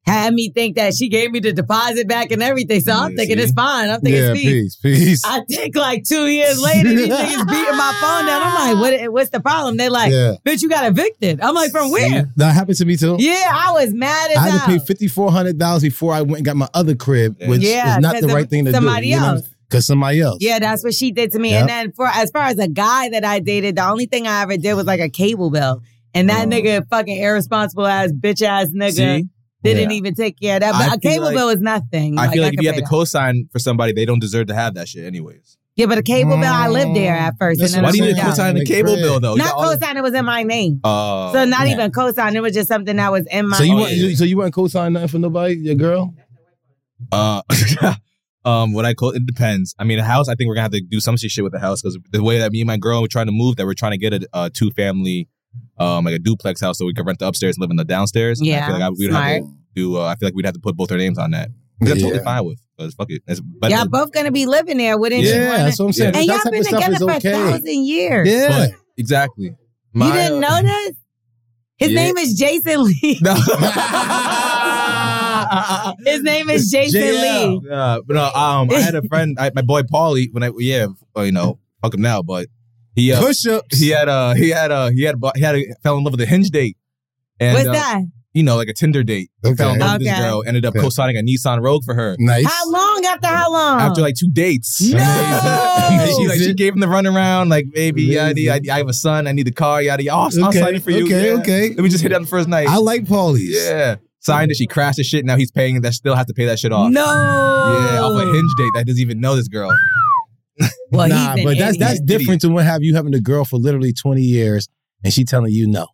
[SPEAKER 2] Had me think that she gave me the deposit back and everything. So I'm
[SPEAKER 4] Yeah,
[SPEAKER 2] thinking
[SPEAKER 4] see?
[SPEAKER 2] it's fine. I'm thinking
[SPEAKER 3] Yeah,
[SPEAKER 2] it's peace.
[SPEAKER 3] peace, peace.
[SPEAKER 2] I think like two years later, these niggas beating my phone down. I'm like, what? What's the problem? They like,
[SPEAKER 3] yeah.
[SPEAKER 2] bitch, you got evicted. I'm like, from where?
[SPEAKER 3] See? That happened to me too.
[SPEAKER 2] Yeah, I was mad as
[SPEAKER 3] I had to
[SPEAKER 2] hell.
[SPEAKER 3] pay fifty four hundred dollars before I went and got my other crib,
[SPEAKER 4] Yeah.
[SPEAKER 3] which
[SPEAKER 2] Yeah,
[SPEAKER 3] is not
[SPEAKER 2] 'cause
[SPEAKER 3] the
[SPEAKER 2] of
[SPEAKER 3] right thing to
[SPEAKER 2] somebody
[SPEAKER 3] do.
[SPEAKER 2] else.
[SPEAKER 3] Because somebody else.
[SPEAKER 2] yeah, that's what she did to me.
[SPEAKER 3] Yep.
[SPEAKER 2] And then for as far as a guy that I dated, the only thing I ever did was like a cable bill. And that
[SPEAKER 3] Oh.
[SPEAKER 2] nigga, fucking irresponsible ass bitch ass nigga,
[SPEAKER 4] See?
[SPEAKER 2] didn't
[SPEAKER 3] Yeah.
[SPEAKER 2] even take care of that.
[SPEAKER 4] I
[SPEAKER 2] But a
[SPEAKER 4] feel
[SPEAKER 2] cable
[SPEAKER 4] like-
[SPEAKER 2] bill is nothing.
[SPEAKER 4] I feel like if
[SPEAKER 2] could
[SPEAKER 4] you have
[SPEAKER 2] pay
[SPEAKER 4] to
[SPEAKER 2] that.
[SPEAKER 4] co-sign for somebody, they don't deserve to have that shit anyways.
[SPEAKER 2] yeah, but a cable bill, I lived there at first,
[SPEAKER 3] That's
[SPEAKER 2] and
[SPEAKER 4] Why
[SPEAKER 2] then
[SPEAKER 4] do you
[SPEAKER 2] I
[SPEAKER 4] even
[SPEAKER 2] moved
[SPEAKER 3] co-sign Oh,
[SPEAKER 2] out.
[SPEAKER 4] co-sign the
[SPEAKER 3] Like,
[SPEAKER 4] cable
[SPEAKER 3] bruh.
[SPEAKER 4] bill though?
[SPEAKER 2] Not cosign, it was in my name.
[SPEAKER 4] Uh,
[SPEAKER 2] so not
[SPEAKER 3] Oh, yeah.
[SPEAKER 2] even cosign, it was just something that was in my.
[SPEAKER 3] So you
[SPEAKER 4] Oh,
[SPEAKER 3] weren't
[SPEAKER 4] yeah.
[SPEAKER 3] so you weren't co-signing nothing for nobody, your girl?
[SPEAKER 4] Uh, um, what I call it depends. I mean, a house. I think we're gonna have to do some shit with the house because the way that me and my girl were trying to move, that we're trying to get a, a two family, um, like a duplex house, so we could rent the upstairs and live in the downstairs. And I
[SPEAKER 2] Yeah,
[SPEAKER 4] feel like I, we'd have to do. Uh, I feel like we'd have to put both our names on that. Which I'm totally fine with. 'cause fuck it. That's but
[SPEAKER 2] y'all both gonna be living there, wouldn't you?
[SPEAKER 3] Yeah,
[SPEAKER 2] wanna-
[SPEAKER 3] that's what I'm saying.
[SPEAKER 4] Yeah.
[SPEAKER 2] and
[SPEAKER 3] That
[SPEAKER 2] y'all
[SPEAKER 3] type
[SPEAKER 2] been
[SPEAKER 3] of stuff
[SPEAKER 2] together
[SPEAKER 3] is
[SPEAKER 2] for a
[SPEAKER 3] okay.
[SPEAKER 2] thousand years.
[SPEAKER 3] Yeah.
[SPEAKER 4] but- exactly.
[SPEAKER 2] You didn't know this? His
[SPEAKER 4] Yeah.
[SPEAKER 2] name is Jason Lee.
[SPEAKER 4] No.
[SPEAKER 2] Uh, His name is Jason
[SPEAKER 3] JL.
[SPEAKER 2] Lee.
[SPEAKER 4] Yeah, but uh, um, I had a friend, I, my boy Paulie. When I yeah, uh, you know, fuck him now, but he uh,
[SPEAKER 3] Push ups.
[SPEAKER 4] he had uh he had uh he had bu- he had a, fell in love with a hinge date. And,
[SPEAKER 2] What's
[SPEAKER 4] uh,
[SPEAKER 2] that?
[SPEAKER 4] You know, like a Tinder date.
[SPEAKER 3] Okay.
[SPEAKER 4] Fell in love with this
[SPEAKER 2] Okay.
[SPEAKER 4] girl. Ended up
[SPEAKER 3] Okay.
[SPEAKER 4] co-signing a Nissan Rogue for her
[SPEAKER 3] Nice.
[SPEAKER 2] How long after how long?
[SPEAKER 4] after like two dates.
[SPEAKER 2] Oh. No!
[SPEAKER 4] And she, like, she
[SPEAKER 3] Amazing.
[SPEAKER 4] gave him the runaround, like baby, yada,
[SPEAKER 3] Amazing.
[SPEAKER 4] yada, I have a son, I need the car, yada, yada. I'll, I'll sign it for you.
[SPEAKER 3] Okay,
[SPEAKER 4] yeah.
[SPEAKER 3] okay.
[SPEAKER 4] Let me just hit it on the first night.
[SPEAKER 3] I like Paulies.
[SPEAKER 4] yeah, signed it. She crashed the shit. Now he's paying. That still has to pay that shit off.
[SPEAKER 2] no.
[SPEAKER 4] Yeah, off
[SPEAKER 3] Oh.
[SPEAKER 4] a hinge date that doesn't even know this girl.
[SPEAKER 2] Well, he's
[SPEAKER 3] nah,
[SPEAKER 2] an
[SPEAKER 3] but that's
[SPEAKER 2] idiot.
[SPEAKER 3] that's different to what have you having a girl for literally twenty years and she telling you no.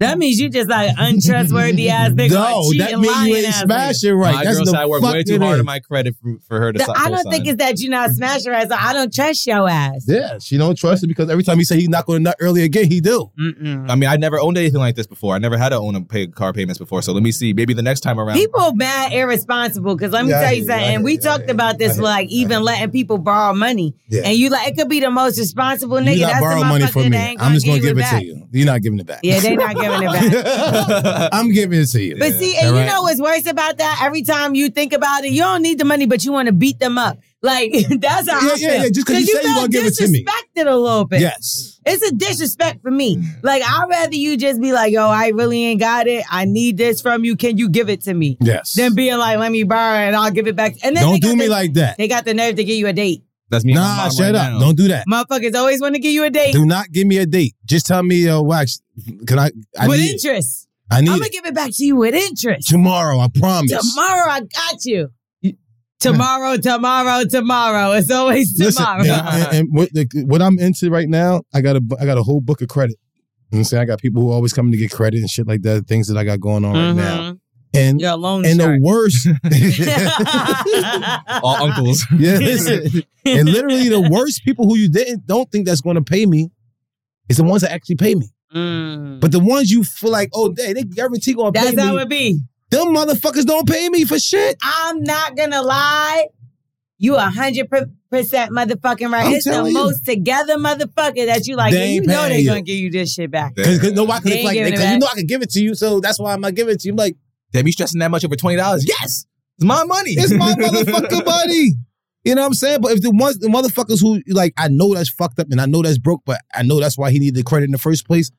[SPEAKER 2] that means you just like untrustworthy ass nigga.
[SPEAKER 3] No,
[SPEAKER 2] like,
[SPEAKER 3] that
[SPEAKER 2] cheating,
[SPEAKER 3] means you
[SPEAKER 2] lying
[SPEAKER 3] ain't
[SPEAKER 2] ass nigga.
[SPEAKER 3] smashing right.
[SPEAKER 4] my
[SPEAKER 3] that's
[SPEAKER 4] girl
[SPEAKER 3] the
[SPEAKER 4] said I worked
[SPEAKER 3] fuck
[SPEAKER 4] way too
[SPEAKER 3] it
[SPEAKER 4] hard
[SPEAKER 3] is.
[SPEAKER 4] on my credit for, for her to.
[SPEAKER 2] The-
[SPEAKER 4] sign-
[SPEAKER 2] I don't
[SPEAKER 4] co-sign.
[SPEAKER 2] think it's that you're not smash your ass. so I don't trust your ass.
[SPEAKER 3] Yeah, she don't trust it because every time he say he's not going to nut early again, he do.
[SPEAKER 2] Mm-mm.
[SPEAKER 4] I mean, I never owned anything like this before. I never had to own a pay car payments before. So let me see. Maybe the next time around.
[SPEAKER 2] People mad irresponsible because let me
[SPEAKER 3] Yeah, I
[SPEAKER 2] tell
[SPEAKER 3] hear you,
[SPEAKER 2] you
[SPEAKER 3] I
[SPEAKER 2] something.
[SPEAKER 3] hear
[SPEAKER 2] we
[SPEAKER 3] you, I
[SPEAKER 2] talked
[SPEAKER 3] hear you,
[SPEAKER 2] about
[SPEAKER 3] I
[SPEAKER 2] this,
[SPEAKER 3] hear you,
[SPEAKER 2] like
[SPEAKER 3] I hear
[SPEAKER 2] even letting people borrow money,
[SPEAKER 3] Yeah.
[SPEAKER 2] and you like it could be the most responsible nigga.
[SPEAKER 3] you're not
[SPEAKER 2] That's the
[SPEAKER 3] borrowing money
[SPEAKER 2] motherfucker
[SPEAKER 3] from
[SPEAKER 2] that
[SPEAKER 3] me.
[SPEAKER 2] ain't
[SPEAKER 3] I'm just gonna give it,
[SPEAKER 2] back.
[SPEAKER 3] to you. You're not giving it back.
[SPEAKER 2] Yeah, they not giving it back.
[SPEAKER 3] I'm giving it to you.
[SPEAKER 2] But see, and you know what's worse about that? Every time you think about it, you don't need the money, but you want to beat them up. Like that's how
[SPEAKER 3] Yeah,
[SPEAKER 2] I
[SPEAKER 3] yeah,
[SPEAKER 2] feel.
[SPEAKER 3] yeah, just 'cause you say you
[SPEAKER 2] felt
[SPEAKER 3] gonna give it to me. Mm.
[SPEAKER 2] Disrespected a little bit.
[SPEAKER 3] yes.
[SPEAKER 2] It's a disrespect for me. Like I'd rather you just be like, "Yo, I really ain't got it. I need this from you. Can you give it to me?"
[SPEAKER 3] Yes.
[SPEAKER 2] Than being like, "Let me borrow it and I'll give it back." And then they
[SPEAKER 3] don't
[SPEAKER 2] got
[SPEAKER 3] do me
[SPEAKER 2] the-
[SPEAKER 3] like that.
[SPEAKER 2] they got the nerve to give you a date.
[SPEAKER 4] That's me. and my
[SPEAKER 3] Nah,
[SPEAKER 4] mom
[SPEAKER 3] shut
[SPEAKER 4] right
[SPEAKER 3] up.
[SPEAKER 4] now.
[SPEAKER 3] Don't do that.
[SPEAKER 2] Motherfuckers always want to give you a date
[SPEAKER 3] Do not give me a date. Just tell me, uh, wax. Can I? I
[SPEAKER 2] with
[SPEAKER 3] need. It.
[SPEAKER 2] interest.
[SPEAKER 3] I
[SPEAKER 2] I'm
[SPEAKER 3] need
[SPEAKER 2] gonna
[SPEAKER 3] it.
[SPEAKER 2] give it back to you with interest.
[SPEAKER 3] tomorrow. I promise.
[SPEAKER 2] Tomorrow, I got you. Tomorrow, tomorrow, tomorrow. It's always
[SPEAKER 3] Listen,
[SPEAKER 2] tomorrow.
[SPEAKER 3] and, and- and what, the, what I'm into right now, I got a, bu- I got a whole book of credit. You know what I'm saying I got people who always coming to get credit and shit like that. Things that I got going on right now,
[SPEAKER 2] Mhm.
[SPEAKER 3] and
[SPEAKER 2] You're a loan
[SPEAKER 3] and the
[SPEAKER 2] shark.
[SPEAKER 3] worst.
[SPEAKER 4] All uncles.
[SPEAKER 3] Yeah, listen. Oh, and literally the worst people who you didn't don't think that's going to pay me is the ones that actually pay me.
[SPEAKER 2] Mm.
[SPEAKER 3] But the ones you feel like, oh, they, they guarantee going to pay
[SPEAKER 2] That's
[SPEAKER 3] me.
[SPEAKER 2] how it be.
[SPEAKER 3] Them motherfuckers don't pay me for shit.
[SPEAKER 2] I'm not gonna lie. You a hundred per- percent motherfucking right.
[SPEAKER 3] I'm
[SPEAKER 2] it's the
[SPEAKER 3] telling you.
[SPEAKER 2] most together motherfucker that you like.
[SPEAKER 3] They
[SPEAKER 2] and
[SPEAKER 3] ain't
[SPEAKER 2] you know
[SPEAKER 3] paying
[SPEAKER 2] they
[SPEAKER 3] you.
[SPEAKER 2] gonna give you this shit back.
[SPEAKER 3] Because no, why?
[SPEAKER 2] They
[SPEAKER 3] Because
[SPEAKER 2] ain't
[SPEAKER 3] like,
[SPEAKER 2] giving it
[SPEAKER 3] because you
[SPEAKER 2] back.
[SPEAKER 3] know I can give it to you, so that's why I'm not giving it to you. I'm like,
[SPEAKER 4] Damn, you stressing that much over twenty dollars? Yes, it's my money.
[SPEAKER 3] it's my motherfucking money. You know what I'm saying? But if the ones, the motherfuckers who like, I know that's fucked up and I know that's broke, but I know that's why he needed the credit in the first place.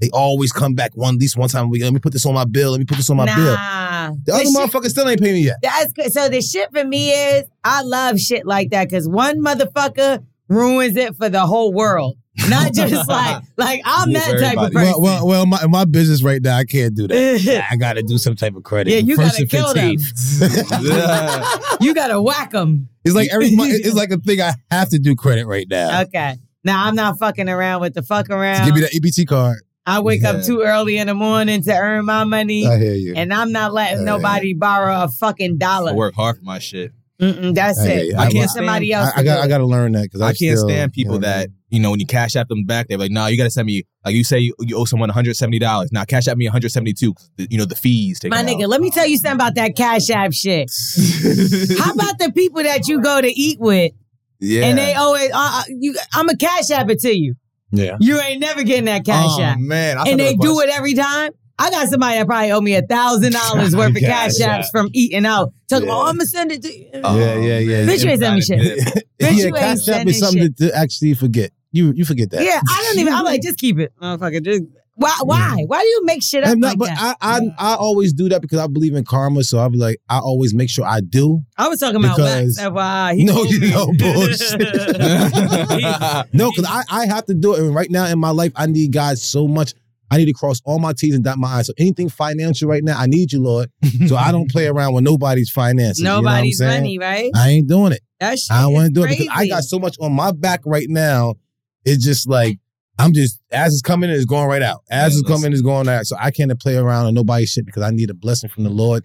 [SPEAKER 3] They always come back one, at least one time a week. Let me put this on my bill. Let me put this on my bill.
[SPEAKER 2] nah.
[SPEAKER 3] The other
[SPEAKER 2] This shit-
[SPEAKER 3] motherfuckers still ain't paying me yet.
[SPEAKER 2] That's good. So the shit for me is I love shit like that because one motherfucker ruins it for the whole world. Not just like like I'm
[SPEAKER 4] Yes,
[SPEAKER 2] that type of
[SPEAKER 4] everybody.
[SPEAKER 2] person.
[SPEAKER 3] Well, well, well, my, my business right now, I can't do that. I got to do some type of credit.
[SPEAKER 2] Yeah, you
[SPEAKER 3] First
[SPEAKER 2] gotta
[SPEAKER 3] and
[SPEAKER 2] kill them.
[SPEAKER 3] 15th.
[SPEAKER 4] Yeah.
[SPEAKER 2] you gotta whack them.
[SPEAKER 3] It's like every month. It's like a thing I have to do credit right now.
[SPEAKER 2] Okay. Now I'm not fucking around with the fuck around.
[SPEAKER 3] Give me that EBT card.
[SPEAKER 2] I wake up
[SPEAKER 4] Yeah.
[SPEAKER 2] too early in the morning to earn my money,
[SPEAKER 3] I hear you.
[SPEAKER 2] and I'm not letting
[SPEAKER 3] Yeah.
[SPEAKER 2] nobody borrow a fucking
[SPEAKER 4] I
[SPEAKER 2] dollar.
[SPEAKER 4] work hard for my shit.
[SPEAKER 2] Mm-mm, that's
[SPEAKER 3] I hear
[SPEAKER 2] it.
[SPEAKER 3] you.
[SPEAKER 4] I
[SPEAKER 2] I
[SPEAKER 4] can't
[SPEAKER 2] can't somebody
[SPEAKER 3] I,
[SPEAKER 2] else.
[SPEAKER 3] I
[SPEAKER 2] to
[SPEAKER 3] got.
[SPEAKER 2] do
[SPEAKER 3] I
[SPEAKER 2] it.
[SPEAKER 3] got to learn that because
[SPEAKER 4] I can't stand people that you know when you cash app them back, they're like, "Nah, you got to send me." Like you say, you, you owe someone one hundred seventy dollars. Now cash app me one hundred seventy two. You know the fees. taken
[SPEAKER 2] My
[SPEAKER 4] out.
[SPEAKER 2] nigga, let me tell you something about that Cash App shit. How about the people that you go to eat with
[SPEAKER 4] Yeah.
[SPEAKER 2] and they always, uh, uh, you, I'm a Cash App it to you.
[SPEAKER 3] Yeah.
[SPEAKER 2] You ain't never getting that Cash
[SPEAKER 3] Um,
[SPEAKER 4] oh,
[SPEAKER 2] App.
[SPEAKER 4] man, I
[SPEAKER 2] And they do
[SPEAKER 4] it.
[SPEAKER 2] it every time. I got somebody that probably owe me a thousand dollars worth of
[SPEAKER 3] Cash
[SPEAKER 2] Cash Apps from eating out. Tell them,
[SPEAKER 3] Yeah.
[SPEAKER 2] oh, I'm gonna send it to you.
[SPEAKER 4] Oh,
[SPEAKER 3] yeah, yeah, yeah.
[SPEAKER 2] Bitch, you ain't send me shit. Bitch, you
[SPEAKER 3] yeah,
[SPEAKER 2] ain't
[SPEAKER 3] cash app
[SPEAKER 2] sending
[SPEAKER 3] is something to, to actually forget. You you forget that.
[SPEAKER 2] Yeah, I don't even. I'm like, just keep it, motherfucker. Just why? Why? Why do you make shit up
[SPEAKER 3] I'm
[SPEAKER 2] like
[SPEAKER 3] not, but
[SPEAKER 2] that?
[SPEAKER 3] I, I I always do that because I believe in karma. So I be like, I always make sure I do.
[SPEAKER 2] I, was talking about
[SPEAKER 3] because-
[SPEAKER 2] wax. FYI, he
[SPEAKER 3] No,
[SPEAKER 2] told
[SPEAKER 3] you
[SPEAKER 2] me.
[SPEAKER 3] know bullshit. no, because I, I have to do it. And right now in my life, I need God so much. I need to cross all my T's and dot my I's. So anything financial right now, I need you, Lord. So I don't play around with nobody's finances.
[SPEAKER 2] Nobody's
[SPEAKER 3] you know what I'm saying?
[SPEAKER 2] money, right?
[SPEAKER 3] I ain't doing it.
[SPEAKER 2] That shit.
[SPEAKER 3] I don't want to
[SPEAKER 2] is
[SPEAKER 3] do it because I
[SPEAKER 2] crazy.
[SPEAKER 3] got so much on my back right now. It's just like I'm just as it's coming in, it's going right out. As
[SPEAKER 4] Yeah,
[SPEAKER 3] it's coming, in, it's going out. So I can't play around on nobody's shit because I need a blessing from the Lord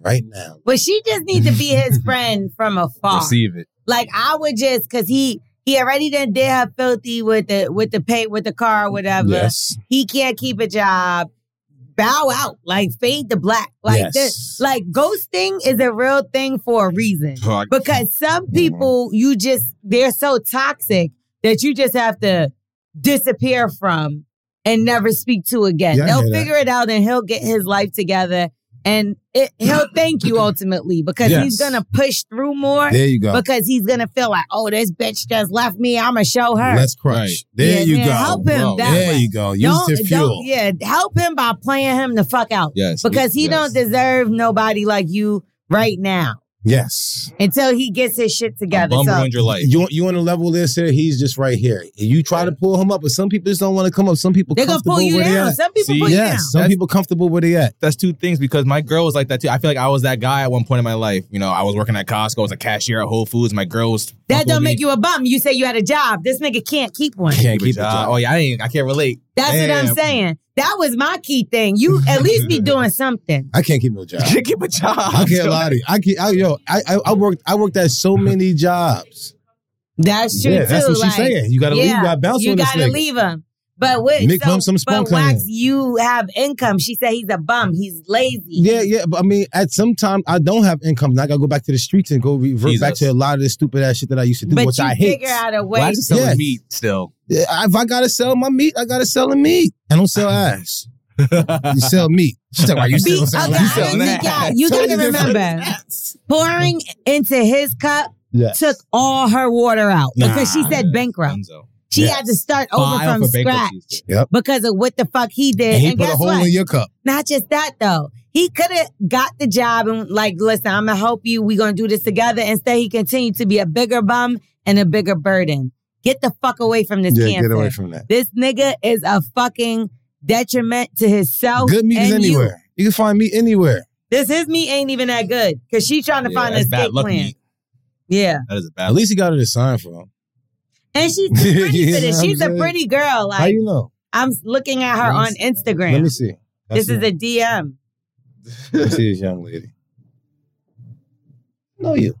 [SPEAKER 3] right now.
[SPEAKER 2] But she just need to be his friend from afar.
[SPEAKER 4] Receive it.
[SPEAKER 2] Like I would just cause he he already done did her filthy with the with the pay with the car or whatever.
[SPEAKER 3] Yes,
[SPEAKER 2] He can't keep a job. Bow out. Like fade to black. Like
[SPEAKER 3] Yes.
[SPEAKER 2] this like ghosting is a real thing for a reason.
[SPEAKER 4] Fuck.
[SPEAKER 2] Because some people you just they're so toxic that you just have to disappear from and never speak to again.
[SPEAKER 3] Yeah, I
[SPEAKER 2] They'll
[SPEAKER 3] hear that.
[SPEAKER 2] figure it out and he'll get his life together and it, he'll thank you ultimately because
[SPEAKER 3] Yes.
[SPEAKER 2] he's going to push through more
[SPEAKER 3] there you go.
[SPEAKER 2] because he's going to feel like, "Oh, this bitch just left me. I'm going to show her."
[SPEAKER 3] Let's crush.
[SPEAKER 4] Right.
[SPEAKER 3] There
[SPEAKER 2] Yeah,
[SPEAKER 3] you
[SPEAKER 2] man,
[SPEAKER 3] go.
[SPEAKER 2] help him
[SPEAKER 4] Bro,
[SPEAKER 2] that
[SPEAKER 3] there
[SPEAKER 2] way.
[SPEAKER 3] you go. Use the fuel.
[SPEAKER 2] Don't, yeah, help him by playing him the fuck out
[SPEAKER 4] Yes.
[SPEAKER 2] because he
[SPEAKER 4] yes.
[SPEAKER 2] don't deserve nobody like you right now
[SPEAKER 3] Yes.
[SPEAKER 2] until he gets his shit
[SPEAKER 4] A
[SPEAKER 2] together.
[SPEAKER 4] bum
[SPEAKER 2] So
[SPEAKER 4] ruined your life.
[SPEAKER 3] You you on a level there, sir? He's just right here. You try to pull him up, but some people just don't want to come up. Some people
[SPEAKER 2] They're gonna
[SPEAKER 3] comfortable
[SPEAKER 2] pull you
[SPEAKER 3] where
[SPEAKER 2] down.
[SPEAKER 3] they
[SPEAKER 2] Some people
[SPEAKER 4] See?
[SPEAKER 2] pull
[SPEAKER 3] at.
[SPEAKER 2] you
[SPEAKER 3] Yes,
[SPEAKER 2] down.
[SPEAKER 3] some
[SPEAKER 4] That's-
[SPEAKER 3] people comfortable where they at.
[SPEAKER 4] that's two things because my girl was like that too. I feel like I was that guy at one point in my life. You know, I was working at Costco, I was a cashier at Whole Foods. My girl was
[SPEAKER 2] That don't make you a bum. You say you had a job. This nigga can't keep one.
[SPEAKER 3] Can't
[SPEAKER 4] keep it. Oh yeah, I ain't. I can't relate.
[SPEAKER 2] That's what I'm
[SPEAKER 4] Damn.
[SPEAKER 2] saying. That was my key thing. You at least be doing something.
[SPEAKER 3] I can't keep no job.
[SPEAKER 4] Can't keep a job.
[SPEAKER 3] I can't lie to you. I can't. I, yo, I, I I worked. I worked at so many jobs.
[SPEAKER 2] That's true
[SPEAKER 3] yeah,
[SPEAKER 2] too.
[SPEAKER 3] that's what
[SPEAKER 2] like,
[SPEAKER 3] she's saying. You gotta leave. You
[SPEAKER 2] yeah,
[SPEAKER 3] gotta bounce
[SPEAKER 2] you
[SPEAKER 3] on
[SPEAKER 2] gotta
[SPEAKER 3] this nigga.
[SPEAKER 2] leave him. But with
[SPEAKER 3] Nick
[SPEAKER 2] so,
[SPEAKER 3] Bump, some spunk
[SPEAKER 2] but
[SPEAKER 3] coming.
[SPEAKER 2] Wax, you have income. She said he's a bum. He's lazy.
[SPEAKER 3] Yeah, yeah, but I mean, at some time I don't have income, and I gotta go back to the streets and go revert back
[SPEAKER 4] Jesus.
[SPEAKER 3] to a lot of this stupid ass shit that I used to do,
[SPEAKER 2] but
[SPEAKER 3] which
[SPEAKER 2] you
[SPEAKER 3] I hate.
[SPEAKER 2] figure out a way.
[SPEAKER 4] Why is selling
[SPEAKER 3] Yes.
[SPEAKER 4] meat still?
[SPEAKER 3] Yeah, if I gotta sell my meat, I gotta sell the meat. I don't sell ass. You sell meat. She's like, why you
[SPEAKER 2] Be,
[SPEAKER 3] still
[SPEAKER 2] okay,
[SPEAKER 3] sell
[SPEAKER 2] I
[SPEAKER 4] like
[SPEAKER 3] ass?
[SPEAKER 4] sell
[SPEAKER 2] didn't
[SPEAKER 4] that.
[SPEAKER 2] think y'all- you
[SPEAKER 3] Totally
[SPEAKER 2] gotta
[SPEAKER 3] different.
[SPEAKER 2] remember pouring into his cup
[SPEAKER 3] Yeah.
[SPEAKER 2] took all her water out
[SPEAKER 3] Nah.
[SPEAKER 2] because she said bankrupt.
[SPEAKER 4] Dunzo.
[SPEAKER 2] She
[SPEAKER 3] Yes.
[SPEAKER 2] had to start over
[SPEAKER 4] File
[SPEAKER 2] from
[SPEAKER 4] for
[SPEAKER 2] scratch
[SPEAKER 4] bankruptcy.
[SPEAKER 2] because of what the fuck he
[SPEAKER 3] And
[SPEAKER 2] did. And,
[SPEAKER 3] he put a
[SPEAKER 2] guess
[SPEAKER 3] hole
[SPEAKER 2] what?
[SPEAKER 3] in your cup.
[SPEAKER 2] Not just that though. He could have got the job and like, listen, I'm gonna help you. We're gonna do this together. Instead, he continued to be a bigger bum and a bigger burden. Get the fuck away from this
[SPEAKER 3] Yeah,
[SPEAKER 2] cancer.
[SPEAKER 3] get away from that.
[SPEAKER 2] this nigga is a fucking detriment to himself.
[SPEAKER 3] Good meat is
[SPEAKER 2] Oh, and you.
[SPEAKER 3] anywhere. You can find meat anywhere.
[SPEAKER 2] This his meat ain't even that good because she trying to
[SPEAKER 4] Yeah,
[SPEAKER 2] find an
[SPEAKER 4] that's bad
[SPEAKER 2] escape
[SPEAKER 4] luck
[SPEAKER 2] plan.
[SPEAKER 4] meat.
[SPEAKER 2] Yeah,
[SPEAKER 4] That is a bad.
[SPEAKER 3] At least he got it assigned for him.
[SPEAKER 2] and she's too pretty
[SPEAKER 3] You
[SPEAKER 2] for
[SPEAKER 3] know
[SPEAKER 2] this.
[SPEAKER 3] what I'm
[SPEAKER 2] She's a
[SPEAKER 3] saying?
[SPEAKER 2] pretty girl.
[SPEAKER 3] How
[SPEAKER 2] Like
[SPEAKER 3] you know?
[SPEAKER 2] I'm looking at
[SPEAKER 3] Let
[SPEAKER 2] her
[SPEAKER 3] me
[SPEAKER 2] on
[SPEAKER 3] see.
[SPEAKER 2] Instagram.
[SPEAKER 3] Let me see.
[SPEAKER 2] this
[SPEAKER 3] That's
[SPEAKER 2] is a DM.
[SPEAKER 3] I see this young lady. Know you.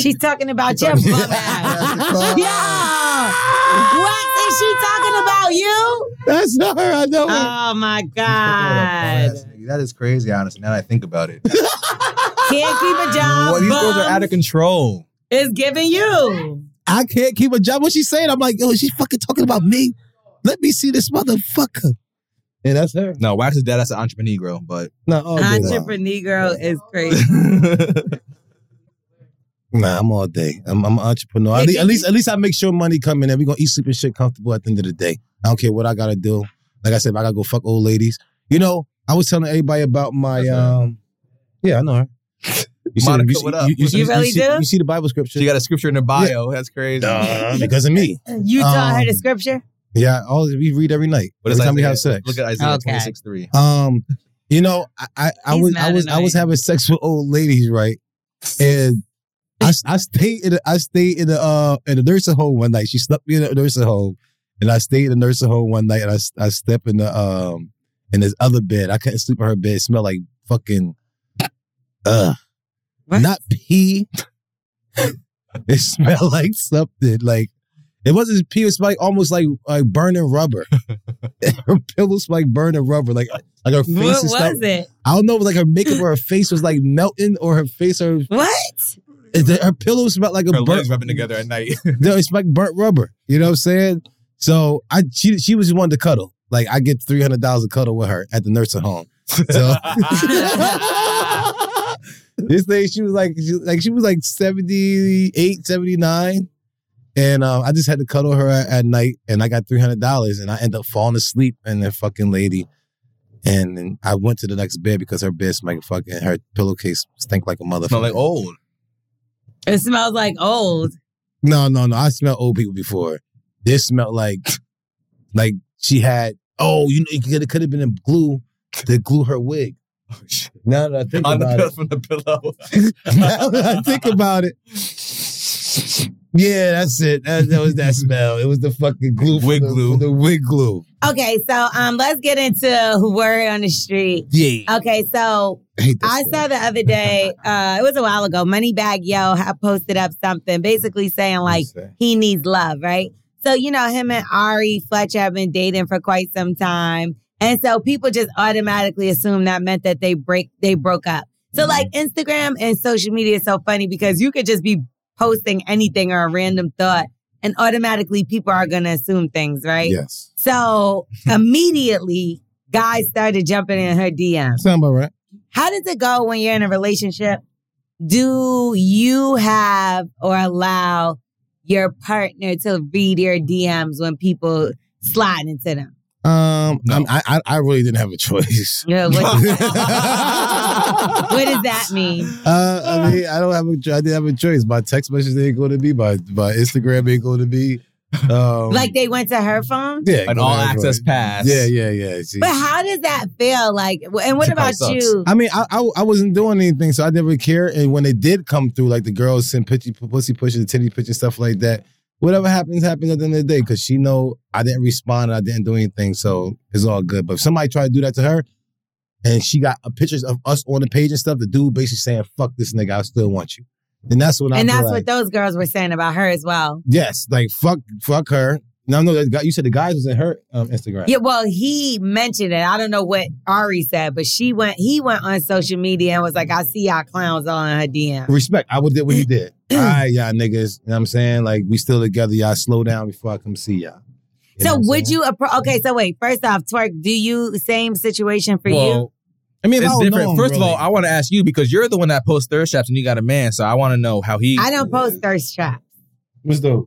[SPEAKER 2] She's talking about your
[SPEAKER 3] Yeah.
[SPEAKER 2] bum ass. yeah. What is she talking about you?
[SPEAKER 3] That's not her. I know. her.
[SPEAKER 2] Oh my
[SPEAKER 4] That
[SPEAKER 2] god!
[SPEAKER 4] is- that is crazy, honestly. Now that I think about it,
[SPEAKER 2] Can't keep a job.
[SPEAKER 4] Well, these girls are out of control.
[SPEAKER 2] It's giving you.
[SPEAKER 3] I can't keep a job. What she saying? I'm like, yo, is she fucking talking about me? Let me see this motherfucker. Yeah, that's her.
[SPEAKER 4] No, Wax is dead. That's an entrepreneur, girl, but
[SPEAKER 3] No, all day long.
[SPEAKER 2] Entrepreneur girl is crazy.
[SPEAKER 3] Nah, I'm all day. I'm, I'm an entrepreneur.
[SPEAKER 2] Yeah,
[SPEAKER 3] At, least,
[SPEAKER 2] can
[SPEAKER 3] at least, at least I make sure money come in, and we gonna eat, sleep, and shit comfortable at the end of the day. I don't care what I gotta do. Like I said, if I gotta go fuck old ladies. You know, I was telling everybody about my.
[SPEAKER 4] That's her.
[SPEAKER 3] um Yeah, I know her. You
[SPEAKER 4] Monica,
[SPEAKER 3] you see,
[SPEAKER 4] what up?
[SPEAKER 3] You, see-
[SPEAKER 2] You really
[SPEAKER 3] see,
[SPEAKER 2] do?
[SPEAKER 3] You see the Bible scripture?
[SPEAKER 4] She got a scripture in her bio. That's crazy.
[SPEAKER 3] Nah, because of me.
[SPEAKER 2] You taught her the
[SPEAKER 3] Um,
[SPEAKER 2] scripture?
[SPEAKER 3] Yeah, all we read every night.
[SPEAKER 4] What
[SPEAKER 3] every
[SPEAKER 4] is
[SPEAKER 3] time we
[SPEAKER 4] Isaiah?
[SPEAKER 3] have sex.
[SPEAKER 4] Look at Isaiah
[SPEAKER 2] Okay.
[SPEAKER 4] 26 3.
[SPEAKER 3] Um, you know, I I, I
[SPEAKER 2] He's
[SPEAKER 3] was
[SPEAKER 2] mad
[SPEAKER 3] I was I was
[SPEAKER 2] tonight.
[SPEAKER 3] having sex with old ladies, right? And I, I stayed in a, I stayed in the uh in the nursing home one night. She slept me in the nursing home, and I stayed in the nursing home one night. And I s- I slept in the um in this other bed. I couldn't sleep in her bed. It smelled like fucking uh
[SPEAKER 2] What?
[SPEAKER 3] not pee. it smelled like something like. It wasn't pee. It smelled like almost like like burning rubber. her pillow smelled like burning rubber. Like like her face
[SPEAKER 2] What
[SPEAKER 3] and
[SPEAKER 2] was
[SPEAKER 3] stuff.
[SPEAKER 2] it?
[SPEAKER 3] I don't know, if it was like her makeup or her face was like melting, or her face or
[SPEAKER 2] What?
[SPEAKER 3] her pillow smelled like a
[SPEAKER 4] Her
[SPEAKER 3] burnt.
[SPEAKER 4] legs rubbing together at night.
[SPEAKER 3] No, it's like burnt rubber. You know what I'm saying? So I she she was wanting to cuddle. Like I get three hundred dollars a cuddle with her at the nursing home. So this thing she was like she, like she was like 78, 79. And um, I just had to cuddle her at, at night, and I got three hundred dollars, and I end up falling asleep in that fucking lady, and then I went to the next bed because her bed smelled like fucking her pillowcase stink like a motherfucker.
[SPEAKER 4] Smell like old.
[SPEAKER 2] It smells like old.
[SPEAKER 3] No, no, no. I smelled old people before. This smelled like, like she had. Oh, you know, it could have been a glue to glue her wig.
[SPEAKER 4] Oh, shit.
[SPEAKER 3] Now that I think
[SPEAKER 4] On the
[SPEAKER 3] about
[SPEAKER 4] pillow
[SPEAKER 3] it,
[SPEAKER 4] from the pillow.
[SPEAKER 3] now that I think about it, yeah, that's it. That, that was that smell. It was the fucking glue, from
[SPEAKER 4] Wig
[SPEAKER 3] the-
[SPEAKER 4] glue.
[SPEAKER 3] from the wig glue.
[SPEAKER 2] Okay, so um, let's get into word on the street.
[SPEAKER 3] Yeah,
[SPEAKER 2] Okay, so
[SPEAKER 3] I hate that
[SPEAKER 2] I
[SPEAKER 3] smell.
[SPEAKER 2] saw the other day, uh, it was a while ago, Moneybag Yo had posted up something basically saying like he needs love, right? So, you know, him and Ari Fletcher have been dating for quite some time. And so people just automatically assume that meant that they break they broke up. So like Instagram and social media is so funny because you could just be posting anything or a random thought and automatically people are gonna assume things, right?
[SPEAKER 3] yes,
[SPEAKER 2] So immediately guys started jumping in her DMs
[SPEAKER 3] sound about right.
[SPEAKER 2] how does it go when you're in a relationship? Do you have or allow your partner to read your DMs when people slide into them?
[SPEAKER 3] Um,
[SPEAKER 4] No.
[SPEAKER 3] I'm- I, I I really didn't have a choice.
[SPEAKER 2] Yeah, What, what
[SPEAKER 3] what
[SPEAKER 2] does that mean?
[SPEAKER 3] Uh, I mean, I don't have a, cho- I didn't have a choice. My text messages ain't going to be. My my Instagram ain't going to be. Um,
[SPEAKER 2] Like they went to her phone?
[SPEAKER 3] yeah,
[SPEAKER 4] An
[SPEAKER 3] go
[SPEAKER 4] all
[SPEAKER 3] ahead,
[SPEAKER 4] access
[SPEAKER 3] bro.
[SPEAKER 4] pass.
[SPEAKER 3] Yeah, yeah, yeah. She-
[SPEAKER 2] But how does that feel? Like, wh- and what
[SPEAKER 4] She probably
[SPEAKER 2] about you?
[SPEAKER 3] I mean, I, I I wasn't doing anything, so I didn't really care. And when they did come through, like the girls sent pitchy, pussy pushes, titty pictures, stuff like that. Whatever happens, happens at the end of the day. Because she know I didn't respond, and I didn't do anything, so it's all good. But if somebody tried to do that to her, and she got uh, pictures of us on the page and stuff, the dude basically saying, "Fuck this nigga, I still want you." And that's when I
[SPEAKER 2] And
[SPEAKER 3] feel
[SPEAKER 2] that's
[SPEAKER 3] like,
[SPEAKER 2] what those girls were saying about her as well.
[SPEAKER 3] Yes, like fuck, fuck her. No, no, that guy, you said the guys was in her um, Instagram.
[SPEAKER 2] Yeah, well, he mentioned it. I don't know what Ari said, but she went. He went on social media and was like, "I see y'all clowns all in her DM."
[SPEAKER 3] Respect. I would did what he did. All right, y'all niggas. You know what I'm saying? Like we still together. Y'all slow down before I come see y'all. You know
[SPEAKER 2] So
[SPEAKER 3] what I'm
[SPEAKER 2] would
[SPEAKER 3] saying?
[SPEAKER 2] you appro- okay? So wait, first off, twerk. Do you same situation for you?
[SPEAKER 4] Well,
[SPEAKER 3] I mean, if I
[SPEAKER 4] it's
[SPEAKER 3] don't
[SPEAKER 4] different.
[SPEAKER 3] know him,
[SPEAKER 4] First of all,
[SPEAKER 3] really.
[SPEAKER 4] I want to ask you because you're the one that posts thirst traps and you got a man, so I want to know how he.
[SPEAKER 2] I don't post thirst traps.
[SPEAKER 3] what's the?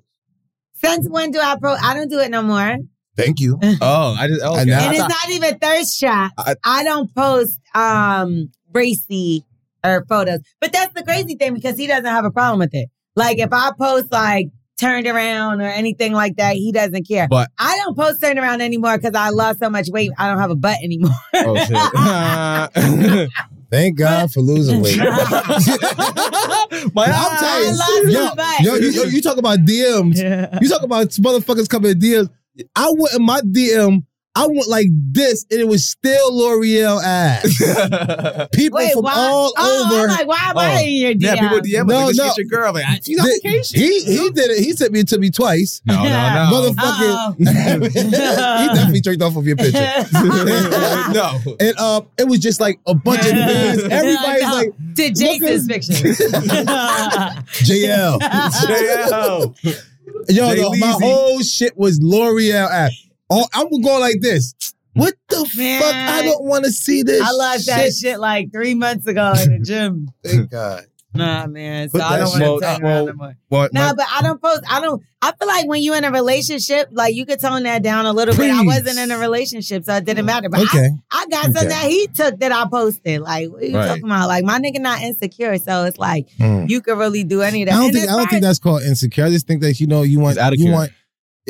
[SPEAKER 2] Since when do I pro? I don't do it no more. And
[SPEAKER 3] Thank you.
[SPEAKER 4] Oh, I just. Okay.
[SPEAKER 3] And I
[SPEAKER 2] it's
[SPEAKER 3] thought-
[SPEAKER 2] not even thirst traps. I,
[SPEAKER 4] I-
[SPEAKER 2] don't post um racy or photos. But that's the crazy thing because he doesn't have a problem with it. Like if I post like turned around or anything like that, he doesn't care.
[SPEAKER 4] But-
[SPEAKER 2] I don't post turned around anymore because I lost so much weight. I don't have a butt anymore.
[SPEAKER 4] Oh shit!
[SPEAKER 3] Thank God for losing weight. yo,
[SPEAKER 4] My
[SPEAKER 3] I'm
[SPEAKER 2] I
[SPEAKER 3] tired.
[SPEAKER 4] eyes.
[SPEAKER 2] lost
[SPEAKER 3] Yo,
[SPEAKER 2] my butt.
[SPEAKER 3] you, yo, you talk about DMs. You talk about motherfuckers coming in DMs. I went in my DM. I went like this, and it was still L'Oreal ass. People
[SPEAKER 2] Wait,
[SPEAKER 3] from
[SPEAKER 2] why?
[SPEAKER 3] all
[SPEAKER 2] oh,
[SPEAKER 3] over.
[SPEAKER 2] I'm like, why am I
[SPEAKER 4] Oh.
[SPEAKER 2] in your DM?
[SPEAKER 4] Yeah, people DM
[SPEAKER 3] No,
[SPEAKER 4] no, like,
[SPEAKER 3] no.
[SPEAKER 4] no. your girl. I'm Like, I- she's on
[SPEAKER 3] Th-
[SPEAKER 4] vacation.
[SPEAKER 3] He he did it. He sent me to me twice.
[SPEAKER 4] No, no,
[SPEAKER 2] Yeah.
[SPEAKER 4] no,
[SPEAKER 3] Motherfucking, he definitely jerked off of your picture.
[SPEAKER 2] Motherfucker.
[SPEAKER 4] no.
[SPEAKER 3] And uh, it was just like a bunch of dudes. Everybody's like
[SPEAKER 2] to Jason's fiction.
[SPEAKER 3] JL,
[SPEAKER 4] Yo.
[SPEAKER 3] yo,
[SPEAKER 4] Jay
[SPEAKER 3] no, my
[SPEAKER 4] Leezy.
[SPEAKER 3] whole shit was L'Oreal app. Oh, I'm going like this. What the
[SPEAKER 2] Man.
[SPEAKER 3] fuck? I don't want to see this.
[SPEAKER 2] I lost that shit like three months ago in the gym.
[SPEAKER 3] Thank God.
[SPEAKER 2] Nah, man. So
[SPEAKER 3] Put
[SPEAKER 2] I
[SPEAKER 3] that
[SPEAKER 2] don't
[SPEAKER 3] smoke-
[SPEAKER 2] want to turn around
[SPEAKER 4] well,
[SPEAKER 2] no more.
[SPEAKER 4] Well,
[SPEAKER 2] No,
[SPEAKER 4] my-
[SPEAKER 2] but I don't post. I don't. I feel like when you in a relationship, like you could tone that down a little bit. I
[SPEAKER 3] Please.
[SPEAKER 2] wasn't in a relationship, so it didn't matter. But
[SPEAKER 3] okay.
[SPEAKER 2] I, I got
[SPEAKER 3] Okay.
[SPEAKER 2] something that he took that I posted. Like, what you
[SPEAKER 4] Right.
[SPEAKER 2] talking about? Like, my nigga not insecure, so it's like
[SPEAKER 3] Mm.
[SPEAKER 2] you could really do any of
[SPEAKER 3] I
[SPEAKER 2] that.
[SPEAKER 3] don't
[SPEAKER 2] And
[SPEAKER 3] think
[SPEAKER 2] as
[SPEAKER 3] I don't
[SPEAKER 2] far
[SPEAKER 3] think
[SPEAKER 2] as-
[SPEAKER 3] that's called insecure. I just think that you know you want
[SPEAKER 4] He's outta
[SPEAKER 3] you
[SPEAKER 4] cure.
[SPEAKER 3] want.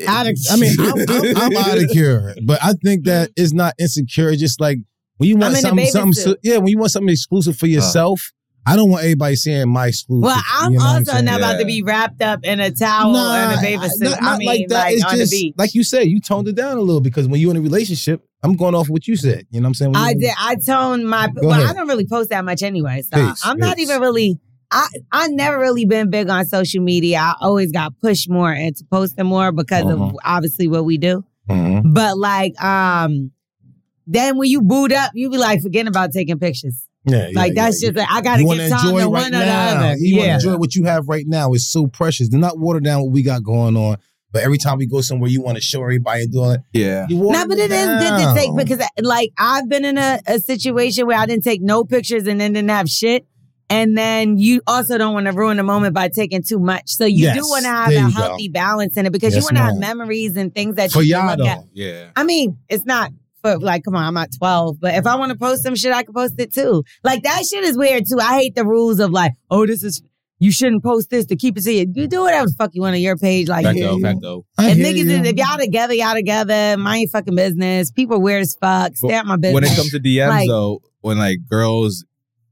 [SPEAKER 2] Outta
[SPEAKER 3] I mean, I'm, I'm, I'm out of cure, but I think that it's not insecure. It's just like when you want
[SPEAKER 2] Mm. I'm in a
[SPEAKER 3] something,
[SPEAKER 2] bathing
[SPEAKER 3] something
[SPEAKER 2] suit.
[SPEAKER 3] so, yeah, when you want something exclusive for yourself. I don't want everybody saying my exclusive.
[SPEAKER 2] Well, I'm
[SPEAKER 3] you know what
[SPEAKER 2] also
[SPEAKER 3] saying?
[SPEAKER 2] not about to
[SPEAKER 4] Yeah.
[SPEAKER 2] be wrapped up in a towel and a bathing suit.
[SPEAKER 3] Not,
[SPEAKER 2] I
[SPEAKER 3] not
[SPEAKER 2] mean,
[SPEAKER 3] like that.
[SPEAKER 2] like
[SPEAKER 3] it's
[SPEAKER 2] on
[SPEAKER 3] just
[SPEAKER 2] the beach.
[SPEAKER 3] like you said. You toned it down a little because when you're in a relationship, I'm going off what you said. You know what I'm saying? When
[SPEAKER 2] I
[SPEAKER 3] you-
[SPEAKER 2] did. I toned my.
[SPEAKER 3] Go
[SPEAKER 2] well, I
[SPEAKER 3] ahead.
[SPEAKER 2] don't really post that much anyway, so
[SPEAKER 3] Peace,
[SPEAKER 2] I'm not
[SPEAKER 3] peace.
[SPEAKER 2] even really. I I never really been big on social media. I always got pushed more into posting more because of
[SPEAKER 3] Uh-huh.
[SPEAKER 2] obviously what we do.
[SPEAKER 3] Mhm.
[SPEAKER 2] But like, um, then when you boot up, you be like forgetting about taking pictures.
[SPEAKER 3] Yeah, yeah,
[SPEAKER 2] like
[SPEAKER 3] yeah,
[SPEAKER 2] that's
[SPEAKER 3] yeah.
[SPEAKER 2] just like, I gotta
[SPEAKER 3] you
[SPEAKER 2] give
[SPEAKER 3] wanna
[SPEAKER 2] time
[SPEAKER 3] enjoy
[SPEAKER 2] to
[SPEAKER 3] right
[SPEAKER 2] one or the
[SPEAKER 3] now.
[SPEAKER 2] other.
[SPEAKER 3] You
[SPEAKER 2] yeah.
[SPEAKER 3] want to enjoy what you have right now. It's so precious. Do not water down what we got going on. But every time we go somewhere, you want to show everybody and do all that.
[SPEAKER 4] yeah.
[SPEAKER 3] You
[SPEAKER 2] No,
[SPEAKER 3] water
[SPEAKER 2] but it is good to
[SPEAKER 3] down.
[SPEAKER 2] take because, like, I've been in a, a situation where I didn't take no pictures and then didn't have shit. And then you also don't want to ruin the moment by taking too much. So you do
[SPEAKER 3] Yes,
[SPEAKER 2] want to have
[SPEAKER 3] there
[SPEAKER 2] a
[SPEAKER 3] you go.
[SPEAKER 2] healthy balance in it because you
[SPEAKER 3] Yes,
[SPEAKER 2] want to have
[SPEAKER 3] ma'am.
[SPEAKER 2] memories and things that
[SPEAKER 3] for
[SPEAKER 2] you can
[SPEAKER 3] y'all
[SPEAKER 2] look
[SPEAKER 3] though.
[SPEAKER 2] at.
[SPEAKER 4] Yeah.
[SPEAKER 2] I mean, it's not for like, come on, I'm not 12, but if I want to post some shit, I can post it too. Like that shit is weird too. I hate the rules of like, oh, this is, you shouldn't post this to keep it to you. You do whatever the fuck you want on your page. Like,
[SPEAKER 4] Back
[SPEAKER 2] you-
[SPEAKER 4] though, back though.
[SPEAKER 3] I
[SPEAKER 2] if
[SPEAKER 3] hear
[SPEAKER 2] niggas,
[SPEAKER 3] you.
[SPEAKER 2] is, if y'all together, y'all together. Mind your fucking business. People weird as fuck. Stay at my business.
[SPEAKER 4] When it comes to DMs,
[SPEAKER 2] Like-
[SPEAKER 4] though, when like girls,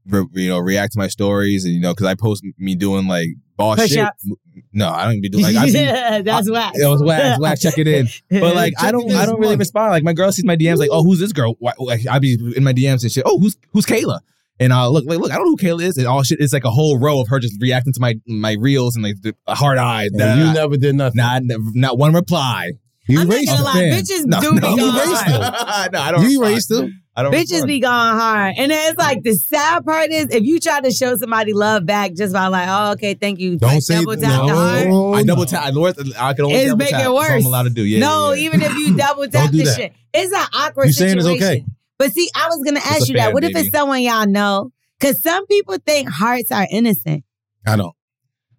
[SPEAKER 4] re- you know, react to my stories and you know, because I post me doing like boss shit.
[SPEAKER 2] Push-ups.
[SPEAKER 4] No, I don't even be doing like I see.
[SPEAKER 2] yeah, that's whack.
[SPEAKER 4] It was whack, whack. Check it in, but like I
[SPEAKER 3] Check
[SPEAKER 4] don't,
[SPEAKER 3] it in
[SPEAKER 4] I
[SPEAKER 3] this
[SPEAKER 4] don't really
[SPEAKER 3] month.
[SPEAKER 4] respond. Like my girl sees my DMs, like, oh, who's this girl? Why, like I be in my DMs and shit. Oh, who's who's Kayla? And I look, like, look, I don't know who Kayla is, and all shit. It's like a whole row of her just reacting to my my reels and like the hard eyes.
[SPEAKER 3] And
[SPEAKER 4] da- da-
[SPEAKER 3] you
[SPEAKER 4] da.
[SPEAKER 3] never did nothing.
[SPEAKER 4] Not not one reply.
[SPEAKER 3] You
[SPEAKER 2] I'm not
[SPEAKER 3] erased
[SPEAKER 2] gonna
[SPEAKER 3] them.
[SPEAKER 2] lie,
[SPEAKER 4] fan.
[SPEAKER 2] bitches do be
[SPEAKER 4] you
[SPEAKER 2] gone
[SPEAKER 4] erased
[SPEAKER 2] hard.
[SPEAKER 4] them. no, I don't.
[SPEAKER 3] You
[SPEAKER 4] respond.
[SPEAKER 3] erased them.
[SPEAKER 4] I don't.
[SPEAKER 2] Bitches
[SPEAKER 4] respond.
[SPEAKER 2] be gone hard, and then it's like the sad part is if you try to show somebody love back just by like, oh okay, thank you.
[SPEAKER 3] Don't
[SPEAKER 2] like,
[SPEAKER 3] say
[SPEAKER 2] double tap the
[SPEAKER 4] no.
[SPEAKER 2] heart. No,
[SPEAKER 4] I double
[SPEAKER 3] no.
[SPEAKER 4] tap. I lower. I can only
[SPEAKER 2] It's
[SPEAKER 4] double
[SPEAKER 2] making
[SPEAKER 4] tap.
[SPEAKER 2] it
[SPEAKER 4] That's all
[SPEAKER 2] worse.
[SPEAKER 4] I'm allowed to do. Yeah. yeah, yeah.
[SPEAKER 2] even if you double tap
[SPEAKER 3] do
[SPEAKER 2] the
[SPEAKER 3] that.
[SPEAKER 2] shit, it's an awkward
[SPEAKER 3] You saying
[SPEAKER 2] situation.
[SPEAKER 3] it's okay.
[SPEAKER 2] But see, I was gonna ask
[SPEAKER 4] a
[SPEAKER 2] you that.
[SPEAKER 4] fan,
[SPEAKER 2] What if
[SPEAKER 4] baby.
[SPEAKER 2] it's someone y'all know? Because some people think hearts are innocent.
[SPEAKER 3] I don't.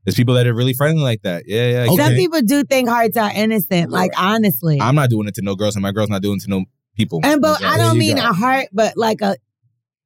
[SPEAKER 4] There's people that are really friendly like that. Yeah, yeah.
[SPEAKER 3] Okay.
[SPEAKER 2] Some people do think hearts are innocent, like honestly.
[SPEAKER 4] I'm not doing it to no girls, and my girl's not doing it to no people.
[SPEAKER 2] and but I
[SPEAKER 3] There
[SPEAKER 2] don't
[SPEAKER 3] you
[SPEAKER 2] mean
[SPEAKER 3] go.
[SPEAKER 2] a heart, but like a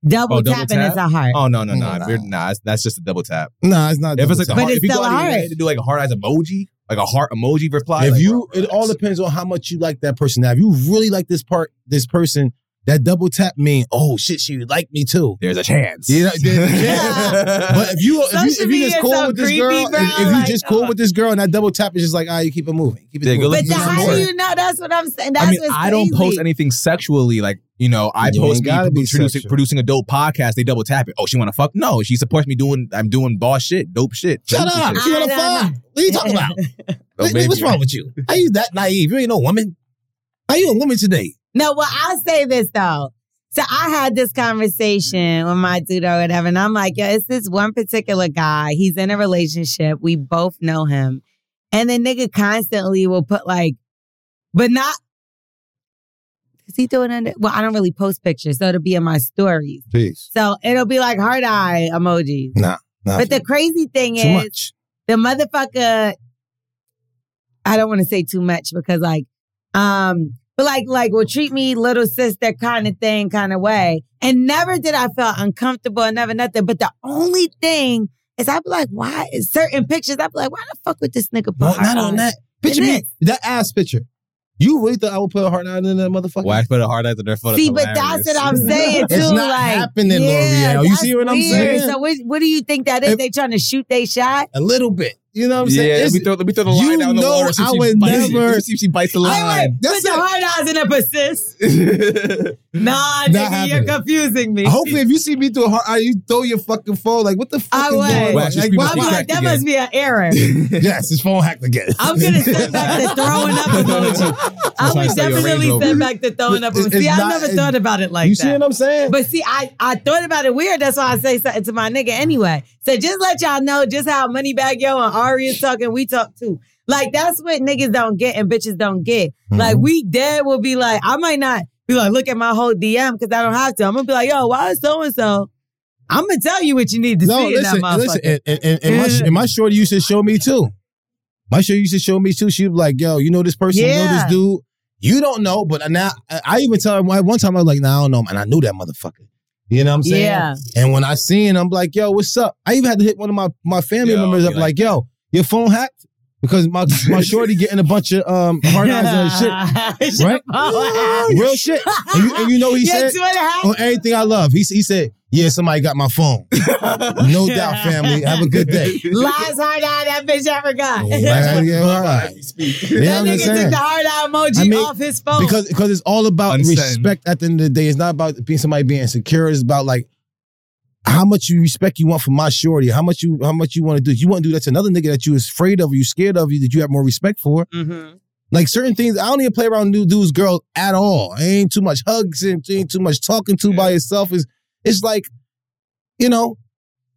[SPEAKER 2] double
[SPEAKER 4] Oh, double
[SPEAKER 2] tapping
[SPEAKER 4] tap?
[SPEAKER 2] is a heart.
[SPEAKER 4] Oh no, no, no.
[SPEAKER 3] Nah.
[SPEAKER 4] We're, nah, that's, that's just a double tap.
[SPEAKER 3] Nah, it's not.
[SPEAKER 4] If it's
[SPEAKER 3] double
[SPEAKER 4] like a
[SPEAKER 3] tap.
[SPEAKER 2] But
[SPEAKER 4] heart,
[SPEAKER 2] it's
[SPEAKER 4] if you go
[SPEAKER 2] still a
[SPEAKER 4] out of your
[SPEAKER 2] heart.
[SPEAKER 4] way to do like a heart eyes emoji, like a heart emoji reply.
[SPEAKER 3] if
[SPEAKER 4] like,
[SPEAKER 3] you,
[SPEAKER 4] bro,
[SPEAKER 3] it all
[SPEAKER 4] relax.
[SPEAKER 3] depends on how much you like that person. Now, if you really like this part, this person, that double tap mean, oh shit, she would like me too.
[SPEAKER 4] There's a chance.
[SPEAKER 3] You know, there's a
[SPEAKER 2] chance.
[SPEAKER 3] But if you, if
[SPEAKER 2] Social
[SPEAKER 3] you, if you
[SPEAKER 2] media
[SPEAKER 3] just
[SPEAKER 2] is
[SPEAKER 3] cool
[SPEAKER 2] so
[SPEAKER 3] with this
[SPEAKER 2] creepy,
[SPEAKER 3] girl, if,
[SPEAKER 2] bro.
[SPEAKER 3] if you
[SPEAKER 2] Like, uh-huh.
[SPEAKER 3] just cool with this girl, and that double tap is just like, ah, you keep it moving, keep it
[SPEAKER 4] Yeah, go
[SPEAKER 3] moving.
[SPEAKER 2] But
[SPEAKER 4] look Let's
[SPEAKER 2] the,
[SPEAKER 4] do some
[SPEAKER 2] how do
[SPEAKER 4] more.
[SPEAKER 2] you know? That's what I'm saying. That's
[SPEAKER 4] I mean,
[SPEAKER 2] what's
[SPEAKER 4] I don't
[SPEAKER 2] crazy.
[SPEAKER 4] post anything sexually. Like you know, I
[SPEAKER 3] You
[SPEAKER 4] post
[SPEAKER 3] ain't
[SPEAKER 4] me
[SPEAKER 3] gotta be
[SPEAKER 4] producing,
[SPEAKER 3] sexual.
[SPEAKER 4] producing a dope podcast. They double tap it. Oh, she want to fuck? No, she supports me doing. I'm doing boss shit, dope shit.
[SPEAKER 3] Shut
[SPEAKER 4] producing
[SPEAKER 3] up!
[SPEAKER 4] shit.
[SPEAKER 3] You want
[SPEAKER 2] I
[SPEAKER 3] to
[SPEAKER 2] don't
[SPEAKER 3] fuck?
[SPEAKER 2] know.
[SPEAKER 3] What are you talking about?
[SPEAKER 4] Oh,
[SPEAKER 3] What-
[SPEAKER 4] baby.
[SPEAKER 3] What's wrong with you? How you that naive? You ain't no woman. How you a woman today?
[SPEAKER 2] No, well, I'll say this though. So I had this conversation with my dude or whatever, and I'm like, yo, it's this one particular guy. He's in a relationship. We both know him. And the nigga constantly will put like, but not is he doing under well, I don't really post pictures, so it'll be in my stories.
[SPEAKER 3] Peace.
[SPEAKER 2] So it'll be like heart eye emojis.
[SPEAKER 3] Nah,
[SPEAKER 2] But the crazy thing
[SPEAKER 3] too
[SPEAKER 2] is
[SPEAKER 3] much.
[SPEAKER 2] the motherfucker I don't want to say too much because like um but like like will treat me little sister kind of thing kind of way and never did I feel uncomfortable and never nothing but the only thing is I'd be like why is certain pictures I'd be like why the fuck would this nigga put
[SPEAKER 3] No,
[SPEAKER 2] heart
[SPEAKER 3] not on that. Picture
[SPEAKER 2] Isn't
[SPEAKER 3] me. That ass picture. You really thought I would put a heart out in that motherfucker?
[SPEAKER 4] Why I put a hard eyes on their foot?
[SPEAKER 2] See,
[SPEAKER 4] It's
[SPEAKER 2] but that's
[SPEAKER 4] hilarious.
[SPEAKER 2] what I'm saying too.
[SPEAKER 3] It's not
[SPEAKER 2] like,
[SPEAKER 3] happening, L'Oreal. You
[SPEAKER 2] that's
[SPEAKER 3] see what I'm
[SPEAKER 2] weird.
[SPEAKER 3] saying?
[SPEAKER 2] So, what, what do you think that is?
[SPEAKER 3] If-
[SPEAKER 2] they trying to shoot they shot?
[SPEAKER 3] A little bit. You know what I'm
[SPEAKER 4] yeah,
[SPEAKER 3] saying?
[SPEAKER 4] let
[SPEAKER 3] It's-
[SPEAKER 4] me throw, let me throw the
[SPEAKER 3] you
[SPEAKER 4] line down the
[SPEAKER 3] know
[SPEAKER 4] water. See if
[SPEAKER 3] I
[SPEAKER 4] she
[SPEAKER 3] would
[SPEAKER 4] bites it.
[SPEAKER 3] never-
[SPEAKER 4] Let's See if she bites the
[SPEAKER 2] Wait,
[SPEAKER 4] line.
[SPEAKER 2] wait, put
[SPEAKER 3] That's
[SPEAKER 2] the
[SPEAKER 3] it.
[SPEAKER 2] hard eyes in it, persist. Nah,
[SPEAKER 3] Not
[SPEAKER 2] nigga, you're
[SPEAKER 3] happening.
[SPEAKER 2] confusing me.
[SPEAKER 3] Hopefully, if you see me do a heart eye, you throw your fucking phone. Like, what the fuck
[SPEAKER 2] I
[SPEAKER 3] is
[SPEAKER 2] would.
[SPEAKER 3] going on?
[SPEAKER 4] Well,
[SPEAKER 3] Like,
[SPEAKER 4] she's screaming,
[SPEAKER 3] why
[SPEAKER 2] I'm
[SPEAKER 4] He's
[SPEAKER 3] would I-
[SPEAKER 2] like,
[SPEAKER 4] back
[SPEAKER 2] that
[SPEAKER 4] again.
[SPEAKER 2] must be an error.
[SPEAKER 3] yes, his phone hacked again.
[SPEAKER 2] I'm gonna send back the throwing up emoji. I would
[SPEAKER 4] Sometimes throw your
[SPEAKER 2] definitely
[SPEAKER 4] Range Rover.
[SPEAKER 2] send back the throwing up emoji.
[SPEAKER 3] It's- it's
[SPEAKER 2] See, I
[SPEAKER 3] not-
[SPEAKER 2] never
[SPEAKER 3] it-
[SPEAKER 2] thought about it like
[SPEAKER 3] you
[SPEAKER 2] that.
[SPEAKER 3] see what I'm saying?
[SPEAKER 2] But see, I, I thought about it weird. That's why I say something to my nigga anyway. So just let y'all know just how Moneybag Yo and Ari is talking, we talk too. Like that's what niggas don't get and bitches don't get.
[SPEAKER 3] Mm-hmm.
[SPEAKER 2] Like we dead will be like, I might not be like, look at my whole DM because I don't have to. I'm gonna be like, yo, why is so and so I'm gonna tell you what you need to
[SPEAKER 3] No,
[SPEAKER 2] see
[SPEAKER 3] listen,
[SPEAKER 2] in that motherfucker.
[SPEAKER 3] listen, and, and, and, and my, sh- and my shorty used to show me too. My shorty used to show me too. She was like, "Yo, you know this person, you know this
[SPEAKER 2] Yeah.
[SPEAKER 3] dude. You don't know, but now I, I even tell her one one time I was like, nah, I don't know, him," and I knew that motherfucker. You know what I'm saying?
[SPEAKER 2] yeah,
[SPEAKER 3] And when I seen, I'm like, yo, what's up? I even had to hit one of my, my family
[SPEAKER 4] Yo,
[SPEAKER 3] members
[SPEAKER 4] be
[SPEAKER 3] up, like,
[SPEAKER 4] like
[SPEAKER 3] yo, your phone hacked because my my shorty getting a bunch of um hard eyes and shit,
[SPEAKER 2] shit,
[SPEAKER 3] right?
[SPEAKER 2] Oh,
[SPEAKER 3] Real shit. And you, and you know what he
[SPEAKER 2] yeah,
[SPEAKER 3] said Oh,
[SPEAKER 2] two and a half.
[SPEAKER 3] on everything I love. He s- he said, yeah, somebody got my phone. No doubt, family. Have a good day.
[SPEAKER 2] Last hard eye that bitch ever got.
[SPEAKER 3] Like, yeah, all right. You know
[SPEAKER 2] that
[SPEAKER 3] what I'm
[SPEAKER 2] nigga took
[SPEAKER 3] saying?
[SPEAKER 2] the hard eye emoji
[SPEAKER 3] I mean,
[SPEAKER 2] off his phone.
[SPEAKER 3] Because because it's all about
[SPEAKER 4] Unsend.
[SPEAKER 3] respect at the end of the day. It's not about being somebody being insecure. It's about like how much you respect you want for my shorty. How much you how much you want to do. You want to do that to another nigga that you is afraid of, or you scared of, you that you have more respect for.
[SPEAKER 2] Mhm.
[SPEAKER 3] Like certain things, I don't even play around new dudes, girls at all. It ain't too much hugs and ain't too much talking to by yourself. Is it's like, you know,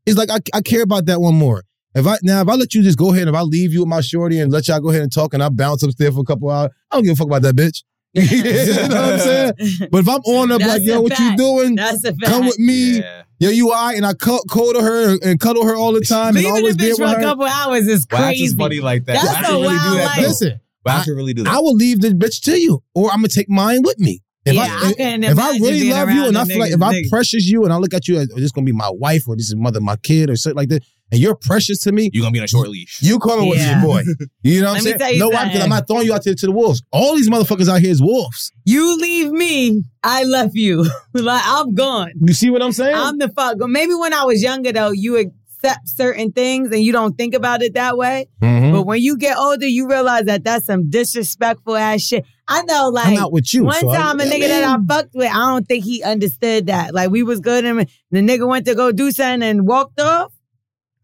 [SPEAKER 3] it's like I, I care about that one more. If I now if I let you just go ahead and if I leave you with my shorty and let y'all go ahead and talk and I bounce upstairs for a couple hours, I don't give a fuck about that bitch. you know what I'm saying? But if I'm on up
[SPEAKER 2] That's
[SPEAKER 3] like, yo,
[SPEAKER 2] a
[SPEAKER 3] what you
[SPEAKER 2] fact.
[SPEAKER 3] doing?
[SPEAKER 2] That's a fact.
[SPEAKER 3] Come with me.
[SPEAKER 4] Yeah.
[SPEAKER 3] Yo, you all right? And I cu- cuddle her and cuddle her all the time and
[SPEAKER 2] Leaving a
[SPEAKER 3] always be
[SPEAKER 2] bitch
[SPEAKER 3] with
[SPEAKER 2] for a
[SPEAKER 3] her.
[SPEAKER 2] couple hours is
[SPEAKER 4] Wax
[SPEAKER 2] crazy.
[SPEAKER 4] is funny like that.
[SPEAKER 2] That's
[SPEAKER 4] Wax
[SPEAKER 2] a
[SPEAKER 4] can really do
[SPEAKER 2] wild
[SPEAKER 4] that.
[SPEAKER 2] life.
[SPEAKER 4] Though.
[SPEAKER 3] Listen,
[SPEAKER 4] Wax can really do that.
[SPEAKER 3] I will leave the bitch to you or I'm gonna take mine with me. If
[SPEAKER 2] yeah,
[SPEAKER 3] I,
[SPEAKER 2] I, couldn't
[SPEAKER 3] if I
[SPEAKER 2] imagine
[SPEAKER 3] really
[SPEAKER 2] being
[SPEAKER 3] love you
[SPEAKER 2] around
[SPEAKER 3] and I
[SPEAKER 2] them
[SPEAKER 3] feel like
[SPEAKER 2] niggas,
[SPEAKER 3] if I
[SPEAKER 2] niggas.
[SPEAKER 3] precious you and I look at you as oh, this is gonna be my wife or this is mother of my kid or something like that, and you're precious to me,
[SPEAKER 4] You're gonna be on a short leash.
[SPEAKER 3] you coming with your
[SPEAKER 2] Yeah.
[SPEAKER 3] boy. You know what I'm
[SPEAKER 2] Let me
[SPEAKER 3] saying?
[SPEAKER 2] tell you
[SPEAKER 3] no, why?
[SPEAKER 2] something.
[SPEAKER 3] Because I'm not throwing you out there to the wolves. All these motherfuckers out here is wolves.
[SPEAKER 2] you leave me, I love you. like I'm gone.
[SPEAKER 3] You see what I'm saying?
[SPEAKER 2] I'm the fuck. Maybe when I was younger though, you accept certain things and you don't think about it that way.
[SPEAKER 3] Mhm.
[SPEAKER 2] But when you get older, you realize that that's some disrespectful ass shit. I know, like
[SPEAKER 3] I'm not with you.
[SPEAKER 2] one
[SPEAKER 3] so I-
[SPEAKER 2] time a
[SPEAKER 3] I
[SPEAKER 2] nigga that I fucked with, I don't think he understood that. Like we was good and the nigga went to go do something and walked off.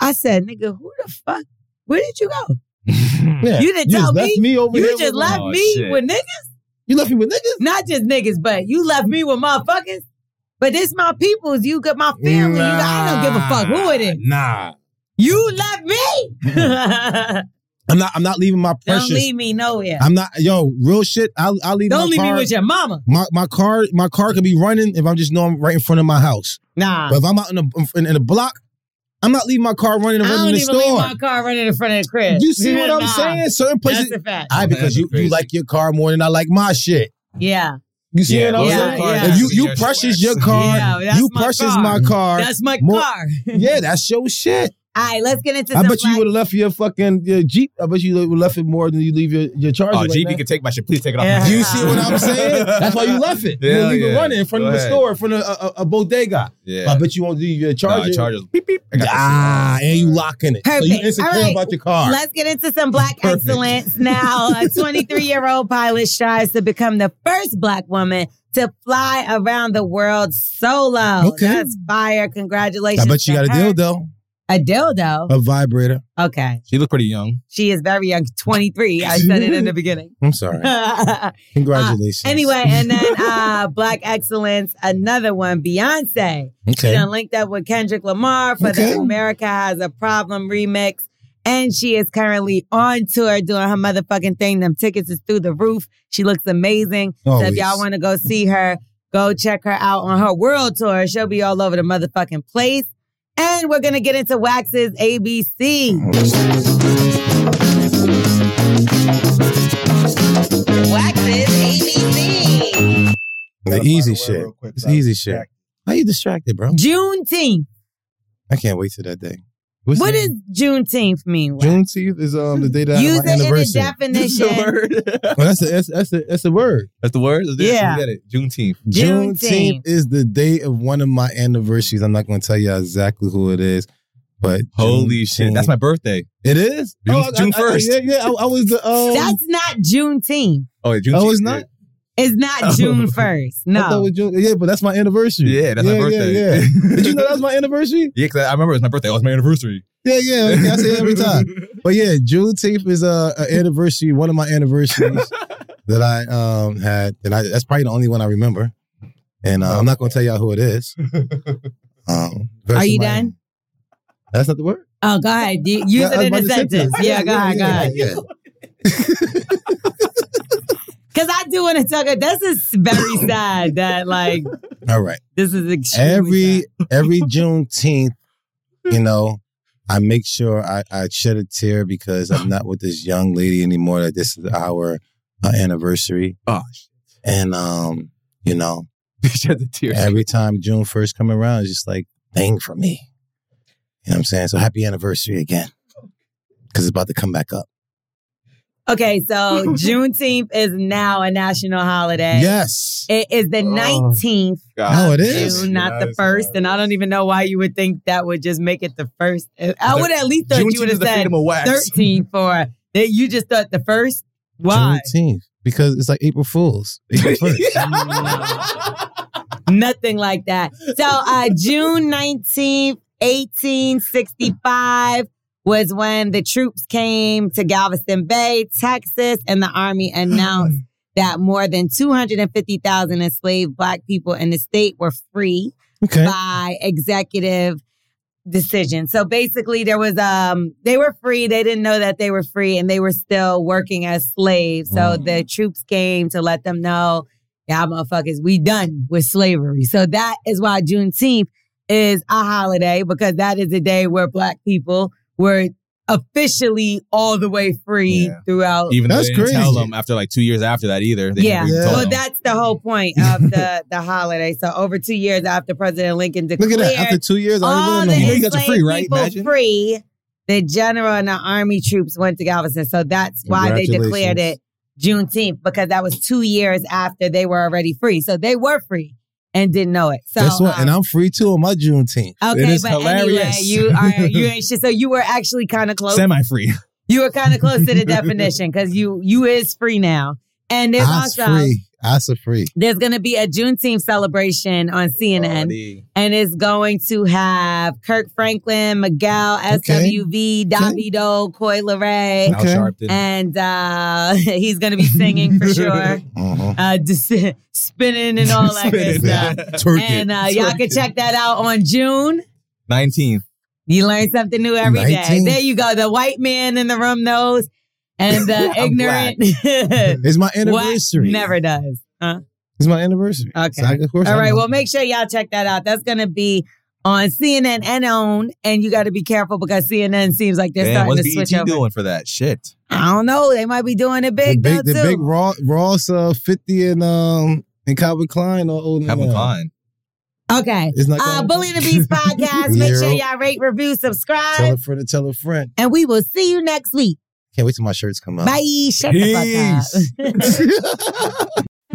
[SPEAKER 2] I said, nigga, who the fuck? Where did you go?
[SPEAKER 3] Yeah.
[SPEAKER 2] You didn't tell
[SPEAKER 3] just
[SPEAKER 2] me.
[SPEAKER 3] left me over here
[SPEAKER 2] You just
[SPEAKER 3] with-
[SPEAKER 2] left
[SPEAKER 4] Oh,
[SPEAKER 2] me
[SPEAKER 4] shit.
[SPEAKER 2] with niggas.
[SPEAKER 3] You left me with niggas.
[SPEAKER 2] Not just niggas, but you left me with motherfuckers. But this my peoples. You got my family. You got, I don't give a fuck who it is.
[SPEAKER 4] Nah.
[SPEAKER 2] You left me.
[SPEAKER 3] I'm not. I'm not leaving my
[SPEAKER 2] don't
[SPEAKER 3] precious.
[SPEAKER 2] leave me nowhere.
[SPEAKER 3] I'm not. Yo, real shit. I I leave
[SPEAKER 2] Don't
[SPEAKER 3] my
[SPEAKER 2] leave
[SPEAKER 3] car.
[SPEAKER 2] me with your mama.
[SPEAKER 3] my my car. My car could be running if I'm just know I'm right in front of my house.
[SPEAKER 2] Nah.
[SPEAKER 3] But if I'm out in a in, in a block, I'm not leaving my car running
[SPEAKER 2] I
[SPEAKER 3] around
[SPEAKER 2] don't
[SPEAKER 3] the
[SPEAKER 2] even leave
[SPEAKER 3] store.
[SPEAKER 2] my car running in front of the crib.
[SPEAKER 3] You see what I'm
[SPEAKER 2] Nah.
[SPEAKER 3] saying? Certain
[SPEAKER 2] That's
[SPEAKER 3] places.
[SPEAKER 2] a fact.
[SPEAKER 3] I because you, you
[SPEAKER 4] Crazy.
[SPEAKER 3] like your car more than I like my shit.
[SPEAKER 2] Yeah.
[SPEAKER 3] You see
[SPEAKER 4] Yeah,
[SPEAKER 3] what I'm
[SPEAKER 4] well,
[SPEAKER 2] Yeah,
[SPEAKER 3] saying?
[SPEAKER 2] yeah.
[SPEAKER 3] If you you precious your car,
[SPEAKER 2] Yeah, that's
[SPEAKER 3] you
[SPEAKER 2] my
[SPEAKER 3] precious
[SPEAKER 2] car.
[SPEAKER 3] my car.
[SPEAKER 2] That's my
[SPEAKER 3] More-
[SPEAKER 2] car.
[SPEAKER 3] yeah, that's your shit.
[SPEAKER 2] All right, let's get into
[SPEAKER 3] I
[SPEAKER 2] some
[SPEAKER 3] bet you
[SPEAKER 2] black-
[SPEAKER 3] would have left your fucking your Jeep. I bet you would've left it more than you leave your your charger.
[SPEAKER 4] Oh,
[SPEAKER 3] like
[SPEAKER 4] GB
[SPEAKER 3] that.
[SPEAKER 4] can take my shit. Please take it off.
[SPEAKER 2] Yeah.
[SPEAKER 4] my-
[SPEAKER 3] Do you see what I'm saying? That's why you left it. you
[SPEAKER 4] Yeah,
[SPEAKER 3] don't leave it
[SPEAKER 4] yeah.
[SPEAKER 3] running in front
[SPEAKER 4] Go
[SPEAKER 3] of a
[SPEAKER 4] ahead.
[SPEAKER 3] store, in front of a, a, a bodega.
[SPEAKER 4] Yeah.
[SPEAKER 3] I bet you won't leave your charger.
[SPEAKER 4] Nah, chargers. Beep beep. I got this.
[SPEAKER 3] ah, and you locking it. So you
[SPEAKER 2] Perfect.
[SPEAKER 3] insecure
[SPEAKER 2] All right.
[SPEAKER 3] about your car.
[SPEAKER 2] Let's get into some black
[SPEAKER 3] Perfect.
[SPEAKER 2] excellence now. A 23 year old pilot strives to become the first black woman to fly around the world solo.
[SPEAKER 3] Okay.
[SPEAKER 2] That's fire.
[SPEAKER 3] I
[SPEAKER 2] Congratulations.
[SPEAKER 3] bet you
[SPEAKER 2] to
[SPEAKER 3] got a
[SPEAKER 2] her.
[SPEAKER 3] dildo,
[SPEAKER 2] A dildo.
[SPEAKER 3] a vibrator.
[SPEAKER 2] Okay.
[SPEAKER 4] She looked pretty young.
[SPEAKER 2] She is very young, 23. I said it in the beginning.
[SPEAKER 3] I'm sorry. Uh, Congratulations.
[SPEAKER 2] anyway, and then uh, Black Excellence, another one, Beyonce. She
[SPEAKER 3] okay.
[SPEAKER 2] done linked up with Kendrick Lamar for
[SPEAKER 3] Okay.
[SPEAKER 2] the America Has a Problem remix. And she is currently on tour doing her motherfucking thing. Them tickets is through the roof. She looks amazing. So if
[SPEAKER 3] Always.
[SPEAKER 2] y'all want to go see her, go check her out on her world tour. She'll be all over the motherfucking place. And we're gonna get into Wax's ABC. Wax's ABC.
[SPEAKER 3] The easy shit. It's easy shit. How you distracted, bro?
[SPEAKER 2] Juneteenth.
[SPEAKER 3] I can't wait till that day.
[SPEAKER 2] What does Juneteenth mean? Wax?
[SPEAKER 3] Juneteenth is um the day that
[SPEAKER 2] Use
[SPEAKER 3] my
[SPEAKER 2] it in the
[SPEAKER 3] anniversary.
[SPEAKER 2] definition.
[SPEAKER 3] Oh, that's, a, that's that's a, that's a word.
[SPEAKER 4] That's the word. Let's do it.
[SPEAKER 2] Yeah.
[SPEAKER 4] We get it. Juneteenth.
[SPEAKER 2] Juneteenth.
[SPEAKER 3] is the day of one of my anniversaries. I'm not going to tell you exactly who it is, but
[SPEAKER 4] Holy
[SPEAKER 3] Juneteenth-
[SPEAKER 4] shit. That's my birthday.
[SPEAKER 3] It is
[SPEAKER 4] June-
[SPEAKER 3] Oh, I-
[SPEAKER 4] June
[SPEAKER 3] I-
[SPEAKER 4] 1st.
[SPEAKER 3] yeah, yeah. I, I was the. Um,
[SPEAKER 2] That's not Juneteenth.
[SPEAKER 4] Oh, yeah, Juneteenth.
[SPEAKER 3] Oh, it's not?
[SPEAKER 2] It's not
[SPEAKER 4] Oh.
[SPEAKER 2] June first.
[SPEAKER 3] I thought it
[SPEAKER 2] No.
[SPEAKER 3] was June. Yeah, but that's my anniversary.
[SPEAKER 4] Yeah, that's my birthday.
[SPEAKER 3] Yeah, yeah. Did you know that was my anniversary?
[SPEAKER 4] Yeah, because I remember it was my birthday. It was my anniversary.
[SPEAKER 3] Yeah, yeah. okay, I say it every time. But yeah, Juneteenth is a, a anniversary. One of my anniversaries that I um had, and I, that's probably the only one I remember. And uh, I'm not going to tell y'all who it is. Um, versus
[SPEAKER 2] Are you
[SPEAKER 3] my-
[SPEAKER 2] done?
[SPEAKER 3] That's not the word.
[SPEAKER 2] Oh, go ahead. You- Use
[SPEAKER 3] Yeah,
[SPEAKER 2] it in
[SPEAKER 3] about
[SPEAKER 2] a
[SPEAKER 3] the
[SPEAKER 2] sentence.
[SPEAKER 3] sentence.
[SPEAKER 2] Yeah, go ahead, go ahead.
[SPEAKER 3] yeah, yeah.
[SPEAKER 2] Because I do want to talk. This is very sad that like
[SPEAKER 3] All right.
[SPEAKER 2] this is extremely
[SPEAKER 3] every
[SPEAKER 2] sad.
[SPEAKER 3] every Juneteenth, you know, I make sure I, I shed a tear because I'm not with this young lady anymore. That this is our uh, anniversary,
[SPEAKER 4] Oh,
[SPEAKER 3] and um, you know,
[SPEAKER 4] shed the tears.
[SPEAKER 3] every time June first come around, it's just like dang for me. You know what I'm saying? So happy anniversary again, because it's about to come back up.
[SPEAKER 2] Okay, so Juneteenth is now a national holiday.
[SPEAKER 3] Yes.
[SPEAKER 2] It is the
[SPEAKER 4] Oh.
[SPEAKER 2] nineteenth
[SPEAKER 3] Oh, it is.
[SPEAKER 2] June, not the first. And I don't even know why you would think that would just make it the first. I
[SPEAKER 4] The-
[SPEAKER 2] would at least thought you would have said
[SPEAKER 4] freedom of wax.
[SPEAKER 2] thirteen for that. You just thought the first. Why?
[SPEAKER 3] Juneteenth, because it's like April Fools. April 1st.
[SPEAKER 2] Nothing like that. So uh, June 19th, 1865 was when the troops came to Galveston Bay, Texas, and the Army announced that more than 250,000 enslaved Black people in the state were free
[SPEAKER 3] okay.
[SPEAKER 2] by executive decision. So basically there was um they were free, they didn't know that they were free and they were still working as slaves. So
[SPEAKER 3] Mm.
[SPEAKER 2] the troops came to let them know, y'all motherfuckers, we done with slavery. So that is why Juneteenth is a holiday because that is a day where black people were officially all the way free
[SPEAKER 4] Yeah.
[SPEAKER 2] throughout
[SPEAKER 4] Even though
[SPEAKER 3] That's
[SPEAKER 4] they didn't tell
[SPEAKER 3] crazy.
[SPEAKER 4] them after like two years after that either. They
[SPEAKER 2] Oh, Yeah.
[SPEAKER 4] never even told
[SPEAKER 2] Well,
[SPEAKER 4] them.
[SPEAKER 2] that's the whole point of the, the holiday. So over two years after President Lincoln
[SPEAKER 3] Look
[SPEAKER 2] declared
[SPEAKER 3] at that. After two years, I
[SPEAKER 2] all
[SPEAKER 3] don't
[SPEAKER 2] the
[SPEAKER 3] even know.
[SPEAKER 4] You guys are
[SPEAKER 2] enslaved
[SPEAKER 4] free, right?
[SPEAKER 2] people
[SPEAKER 4] Imagine.
[SPEAKER 2] free, the general and the army troops went to Galveston. So that's why they declared it Juneteenth because that was two years after they were already free. So they were free and didn't know it. So
[SPEAKER 3] Guess what?
[SPEAKER 2] um,
[SPEAKER 3] And I'm free too on my Juneteenth.
[SPEAKER 2] Okay,
[SPEAKER 4] It is
[SPEAKER 2] but anyway,
[SPEAKER 4] hilarious.
[SPEAKER 2] you are you ain't shit. So you were actually kind of close.
[SPEAKER 4] Semi-free.
[SPEAKER 2] you were kind of close to the definition because you you is free now, and there's
[SPEAKER 3] I's
[SPEAKER 2] also
[SPEAKER 3] free. I's are free.
[SPEAKER 2] there's gonna be a Juneteenth celebration on CNN and it's going to have Kirk Franklin, Miguel,
[SPEAKER 3] Okay.
[SPEAKER 2] SWV, Davido, Coy Leray,
[SPEAKER 4] Al Sharpton.
[SPEAKER 2] and uh, he's going to be singing for sure,
[SPEAKER 3] Uh-huh.
[SPEAKER 4] Mm-hmm.
[SPEAKER 2] uh, just spinning and all that good stuff. And uh, y'all can check that out on June.
[SPEAKER 4] 19th.
[SPEAKER 2] You learn something new every day.
[SPEAKER 3] 19th.
[SPEAKER 2] There you go. The white man in the room knows, and the
[SPEAKER 4] I'm
[SPEAKER 2] ignorant
[SPEAKER 3] It's my
[SPEAKER 2] what
[SPEAKER 3] anniversary.
[SPEAKER 2] never does. Huh?
[SPEAKER 3] It's my anniversary.
[SPEAKER 2] Okay.
[SPEAKER 3] So I, of course
[SPEAKER 2] All
[SPEAKER 3] I
[SPEAKER 2] right.
[SPEAKER 3] know.
[SPEAKER 2] Well, make sure y'all check that out. That's going to be on CNN and OWN. And you got to be careful because CNN seems like they're
[SPEAKER 4] Damn,
[SPEAKER 2] starting
[SPEAKER 3] E
[SPEAKER 4] what's
[SPEAKER 2] to switch
[SPEAKER 4] BET
[SPEAKER 2] over.
[SPEAKER 4] doing for that? Shit.
[SPEAKER 2] I don't know. They might be doing it
[SPEAKER 3] the
[SPEAKER 2] big,
[SPEAKER 3] big,
[SPEAKER 2] though,
[SPEAKER 3] the
[SPEAKER 2] too.
[SPEAKER 3] big Raw, Ross uh, 50 and um and Calvin Klein. Or, oh,
[SPEAKER 4] Calvin Klein.
[SPEAKER 2] okay.
[SPEAKER 3] It's not
[SPEAKER 2] Uh,
[SPEAKER 3] going-
[SPEAKER 2] Bully the Beast podcast. Make sure
[SPEAKER 3] Yeah.
[SPEAKER 2] y'all rate, review,
[SPEAKER 3] Tell a
[SPEAKER 2] subscribe.
[SPEAKER 3] friend to tell a friend.
[SPEAKER 2] And we will see you next week.
[SPEAKER 3] Can't wait till my shirts come out.
[SPEAKER 2] Bye. Shut the fuck up.